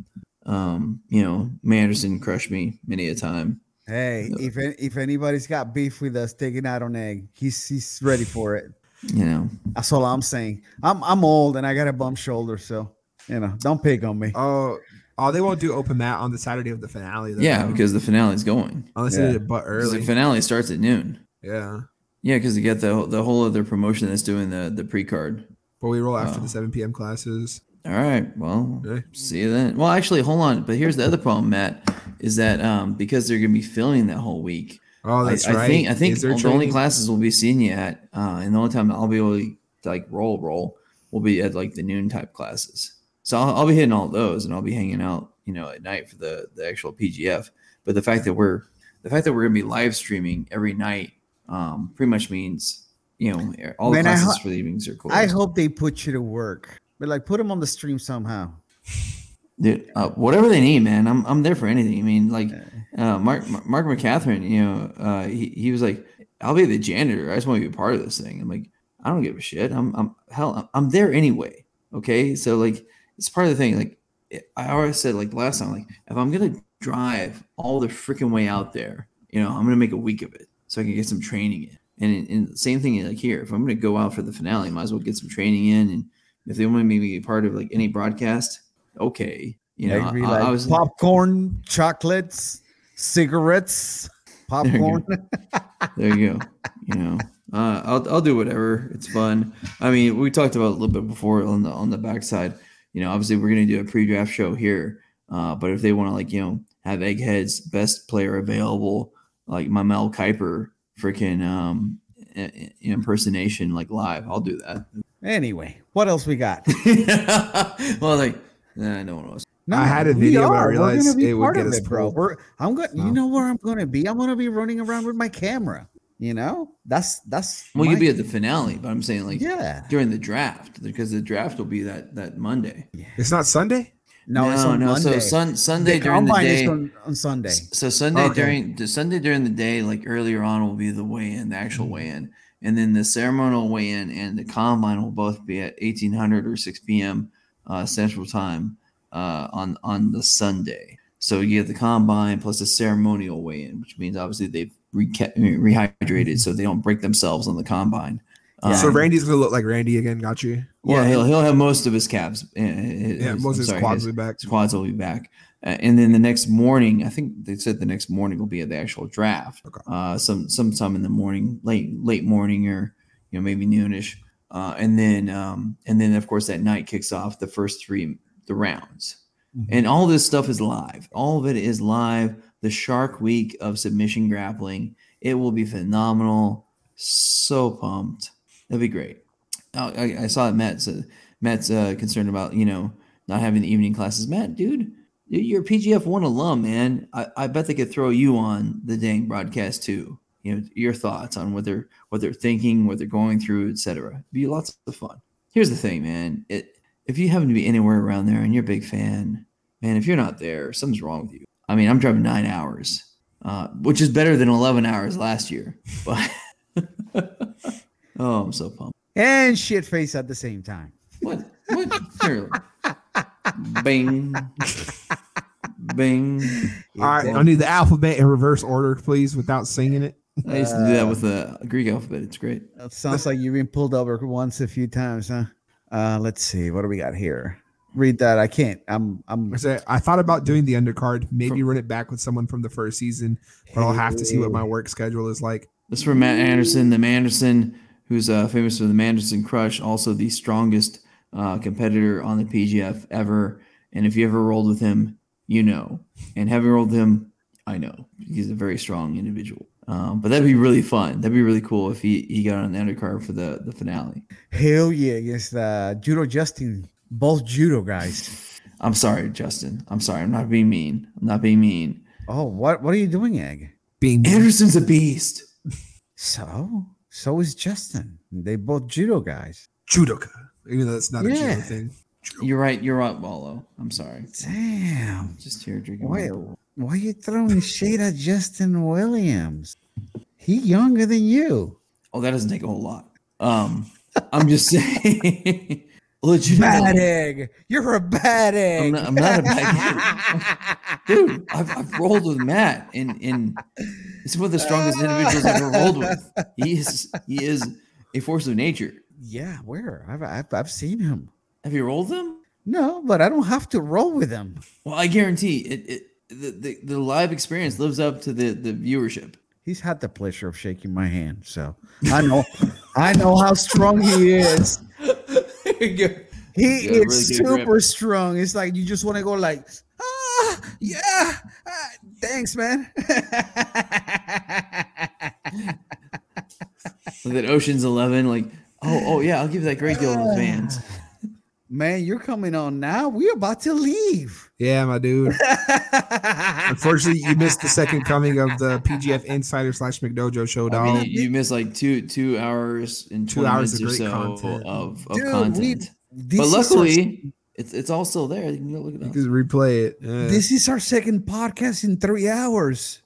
Um, you know, Manderson crushed me many a time. Hey, Yeah. if if anybody's got beef with us taking out on egg, he's he's ready for it. You know, That's all I'm saying. I'm I'm old and I got a bum shoulder, so you know, don't pick on me. Oh, oh, they won't do open mat on the Saturday of the finale. Though, yeah, though. because the finale's going. unless Yeah. they did it but 'Cause early. The finale starts at noon. yeah, Yeah, because you get the the whole other promotion that's doing the the pre card. but we roll after Wow. the 7 p.m. classes. All right. Well, Okay. see you then. Well, actually, hold on. But here's the other problem, Matt, is that um, because they're going to be filming that whole week. Oh, I- that's I, right. think I think Is there all- the only training? classes we'll be seeing you at, uh, and the only time I'll be able to like roll roll will be at like the noon type classes. So I'll, I'll be hitting all those, and I'll be hanging out, you know, at night for the the actual PGF. But the fact that we're the fact that we're going to be live streaming every night, um, pretty much means you know all the Man, I classes ho- for the evenings are closed. I hope they put you to work, but like put him on the stream somehow. Dude, uh, whatever they need, man. I'm I'm there for anything. I mean, like uh, Mark Mark McCatherine, you know, uh, he he was like, "I'll be the janitor. I just want to be a part of this thing." I'm like, I don't give a shit. I'm I'm hell, I'm- I'm there anyway. Okay, so like, it's part of the thing. Like, it- I always said like last time, like if I'm gonna drive all the freaking way out there, you know, I'm gonna make a week of it so I can get some training in. And, and same thing like here, if I'm gonna go out for the finale, might as well get some training in. And if they want me to be a part of like any broadcast, okay, you know, They'd be I- I- like, I was popcorn, chocolates, cigarettes, you go. popcorn. *laughs* there you go. You know, uh, I'll I'll do whatever. It's fun. I mean, we talked about it a little bit before on the on the backside. You know, obviously we're gonna do a pre-draft show here, uh, but if they want to like you know have eggheads best player available, like my Mel Kiper freaking um i- i- impersonation like live, I'll do Anyway, what else we got? that. *laughs* well, like nah, no one was. No, I had a we video, but I are. We're gonna realized be it would part get of us bro. pulled. We're, I'm going. to You So. know where I'm going to be. I'm going to be running around with my camera. You know, that's that's. Well, my- you'd be at the finale, but I'm saying like yeah. during the draft because the draft will be that that Monday. It's not Sunday. No, it's on Monday. So sun, Sunday during the combine day. is on, on Sunday. S- So Sunday Okay. during the Sunday during the day, like earlier on, will be the weigh-in, the actual Mm-hmm. weigh-in, and then the ceremonial weigh-in and the combine will both be at eighteen hundred or six p.m. Uh, Central Time uh, on on the Sunday. So you have the combine plus the ceremonial weigh-in, which means obviously they've reca- rehydrated so they don't break themselves on the combine. Yeah. So Um, Randy's gonna look like Randy again. Got you. well, Yeah. he'll he'll have most of his calves. uh, Yeah, his- most I'm of his sorry, quads will be back. his quads will be back. Uh, and then the next morning, I think they said the next morning will be at the actual draft. Okay. Uh, some sometime in the morning, late late morning, or you know maybe noonish. Uh, and then um, and then of course that night kicks off the first three the rounds. Mhm. And all this stuff is live. All of it is live. The Shark Week of submission grappling. It will be phenomenal. So pumped. That'd be great. Oh, I, I saw that Matt's uh, Matt's uh, concerned about you know not having the evening classes. Matt, dude, dude, you're a PGF one alum, man. I, I bet they could throw you on the dang broadcast too. You know your thoughts on what they're what they're thinking, what they're going through, etc. Be lots of fun. Here's the thing, man. It if you happen to be anywhere around there and you're a big fan, man, if you're not there, something's wrong with you. I mean, I'm driving nine hours, uh, which is better than 11 hours last year. But *laughs* oh, I'm so pumped. and shit face at the same time. What? What? Here. Bing. Bing. All right, I need the alphabet in reverse order, please, without singing it. I used to do that with the Greek alphabet. It's great. That sounds like you've been pulled over once a few times, huh? Uh, let's see. What do we got here? Read that. I can't. I'm. I'm. I said I thought about doing the undercard, maybe run it back with someone from the first season, but I'll have to see what my work schedule is like. This is from Matt Anderson, the Manderson, who's uh, famous for the Manderson Crush, also the strongest uh, competitor on the PGF ever. And if you ever rolled with him, you know. And having rolled with him, I know he's a very strong individual. Um, but that'd be really fun. That'd be really cool if he, he got on the undercard for the, the finale. Hell yeah! Against uh, Judo Justin, both judo guys. I'm sorry, Justin. I'm sorry. I'm not being mean. I'm not being mean. Oh, what? What are you doing, Egg? Being Anderson's a beast. So, so is Justin. They both judo guys. judoka, even though that's not a Yeah. judo thing. You're right. You're right, Wallo. I'm sorry. Damn. Just here drinking. Why? my beer. Why you throwing shade at Justin Williams? He younger than you. Oh, that doesn't take a whole lot. Um, I'm just *laughs* saying. Bad legitimately. egg. You're a bad egg. I'm not, I'm not a bad *laughs* dude. Dude, I've, I've rolled with Matt, and and he's one of the strongest individuals I've ever rolled with. He is he is a force of nature. yeah, where? I've, I've I've seen him. Have you rolled them? No, but I don't have to roll with him. Well, I guarantee it. it the, the, the live experience lives up to the, the viewership. *laughs* He's had the pleasure of shaking my hand, so I know I know how strong he is. there you go. He Yeah, really is good grip. super strong. It's like you just want to go like, ah, yeah, ah, thanks, man. *laughs* Like that Ocean's Eleven, like, oh, oh yeah, I'll give that great deal in advance. man, you're coming on now. We're about to leave. *laughs* Yeah, my dude. Unfortunately, you missed the second coming of the PGF Insider slash McDojo show, I dog. mean, you, you missed like two two hours and Two two hours of hours or great so content. of, of Dude, we- content. This but is our- luckily, it's it's all still there. You can go look it you up. can replay it. Yeah. this is our second podcast in three *laughs* hours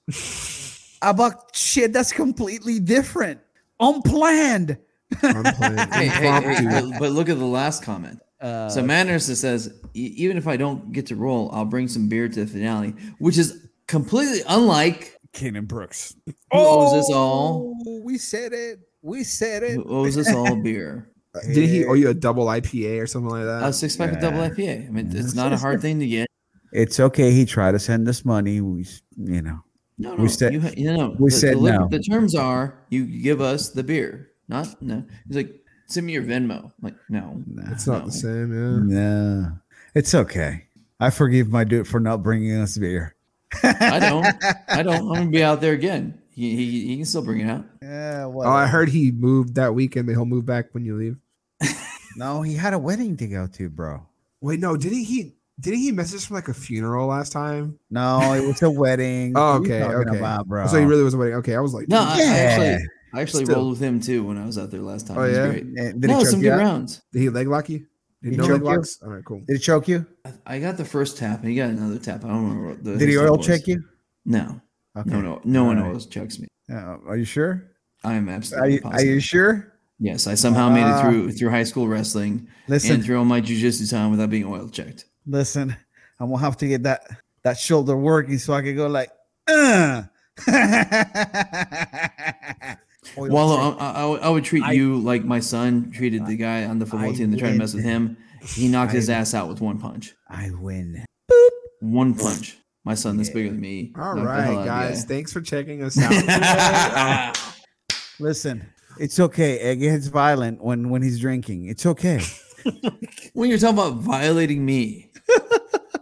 about shit that's completely different, unplanned. I'm playing *laughs* *laughs* Hey, hey, hey, impromptu. but, but look at the last comment. Uh, so Manners says, "E- even if I don't get to roll, I'll bring some beer to the finale, which is completely unlike Kenan Brooks. Oh, owes us all? We said it. We said it. who owes us all *laughs* beer. Did he owe you a double IPA or something like that? A six pack of double IPA. I mean, it's not a hard thing to get. It's okay. He tried to send us money. We, s- you know, No, no, We said- you, ha- you know, we the, said the, li- no. The terms are you give us the beer, not no. He's like, send me your Venmo. I'm like, no, it's not no. the same. Yeah. no, it's okay. I forgive my dude for not bringing us beer. I don't. I don't. I'm gonna be out there again. He, he, he can still bring it out. Yeah, well, Oh, I heard he moved that weekend, but he'll move back when you leave. no, he had a wedding to go to, bro. Wait, no, didn't he? Didn't he message us from like a funeral last time? No, it was a wedding. Oh, What are you okay, talking okay. About, bro. Oh, So he really was waiting. Okay, I was like, No, I, I actually, I actually Still. rolled with him too when I was out there last time. Oh, It was yeah? great. Eh, Did, No, he choke some you good out? rock? did he leg lock you? Did He he no leg choked you? locks? All right, cool. Did he choke you? I got the first tap, and he got another tap. I don't remember. What the Did he his oil was. check you? No, Okay. no, no, no one All right. always checks me. Uh, are you sure? I am Are absolutely you, are positive. you sure? yes, I somehow made it Ah. through through high school wrestling Listen, and through all my jujitsu time without being oil checked. listen. I'm gonna have to get that that shoulder working so I can go like. Uh. *laughs* Oil Wallow, check. I, I, I would- I would treat I- you like my son treated the guy on the football I team that tried to win. mess with him. He knocked I his win. ass out with one punch. I *laughs* win. One punch. My son that's bigger than me. All knocked the right, hell out of the guys. guy. Thanks for checking us out. today. Um, Listen, it's okay. It gets violent when when he's drinking. It's okay. when you're talking about violating *laughs* me,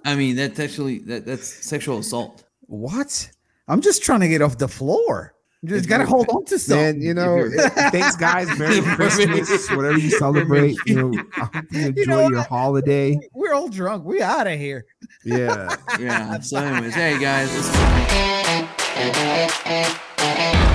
I mean that's actually that, that's sexual assault. what? I'm just trying to get off the floor. You just If gotta you're- hold on to man, something. you know, If you're- *laughs* thanks, guys. Merry If you're- Christmas, whatever you celebrate. You know, I hope you enjoy your what? holiday. We're all drunk. We out of here. Yeah. Yeah. So, anyways, hey guys. Let's-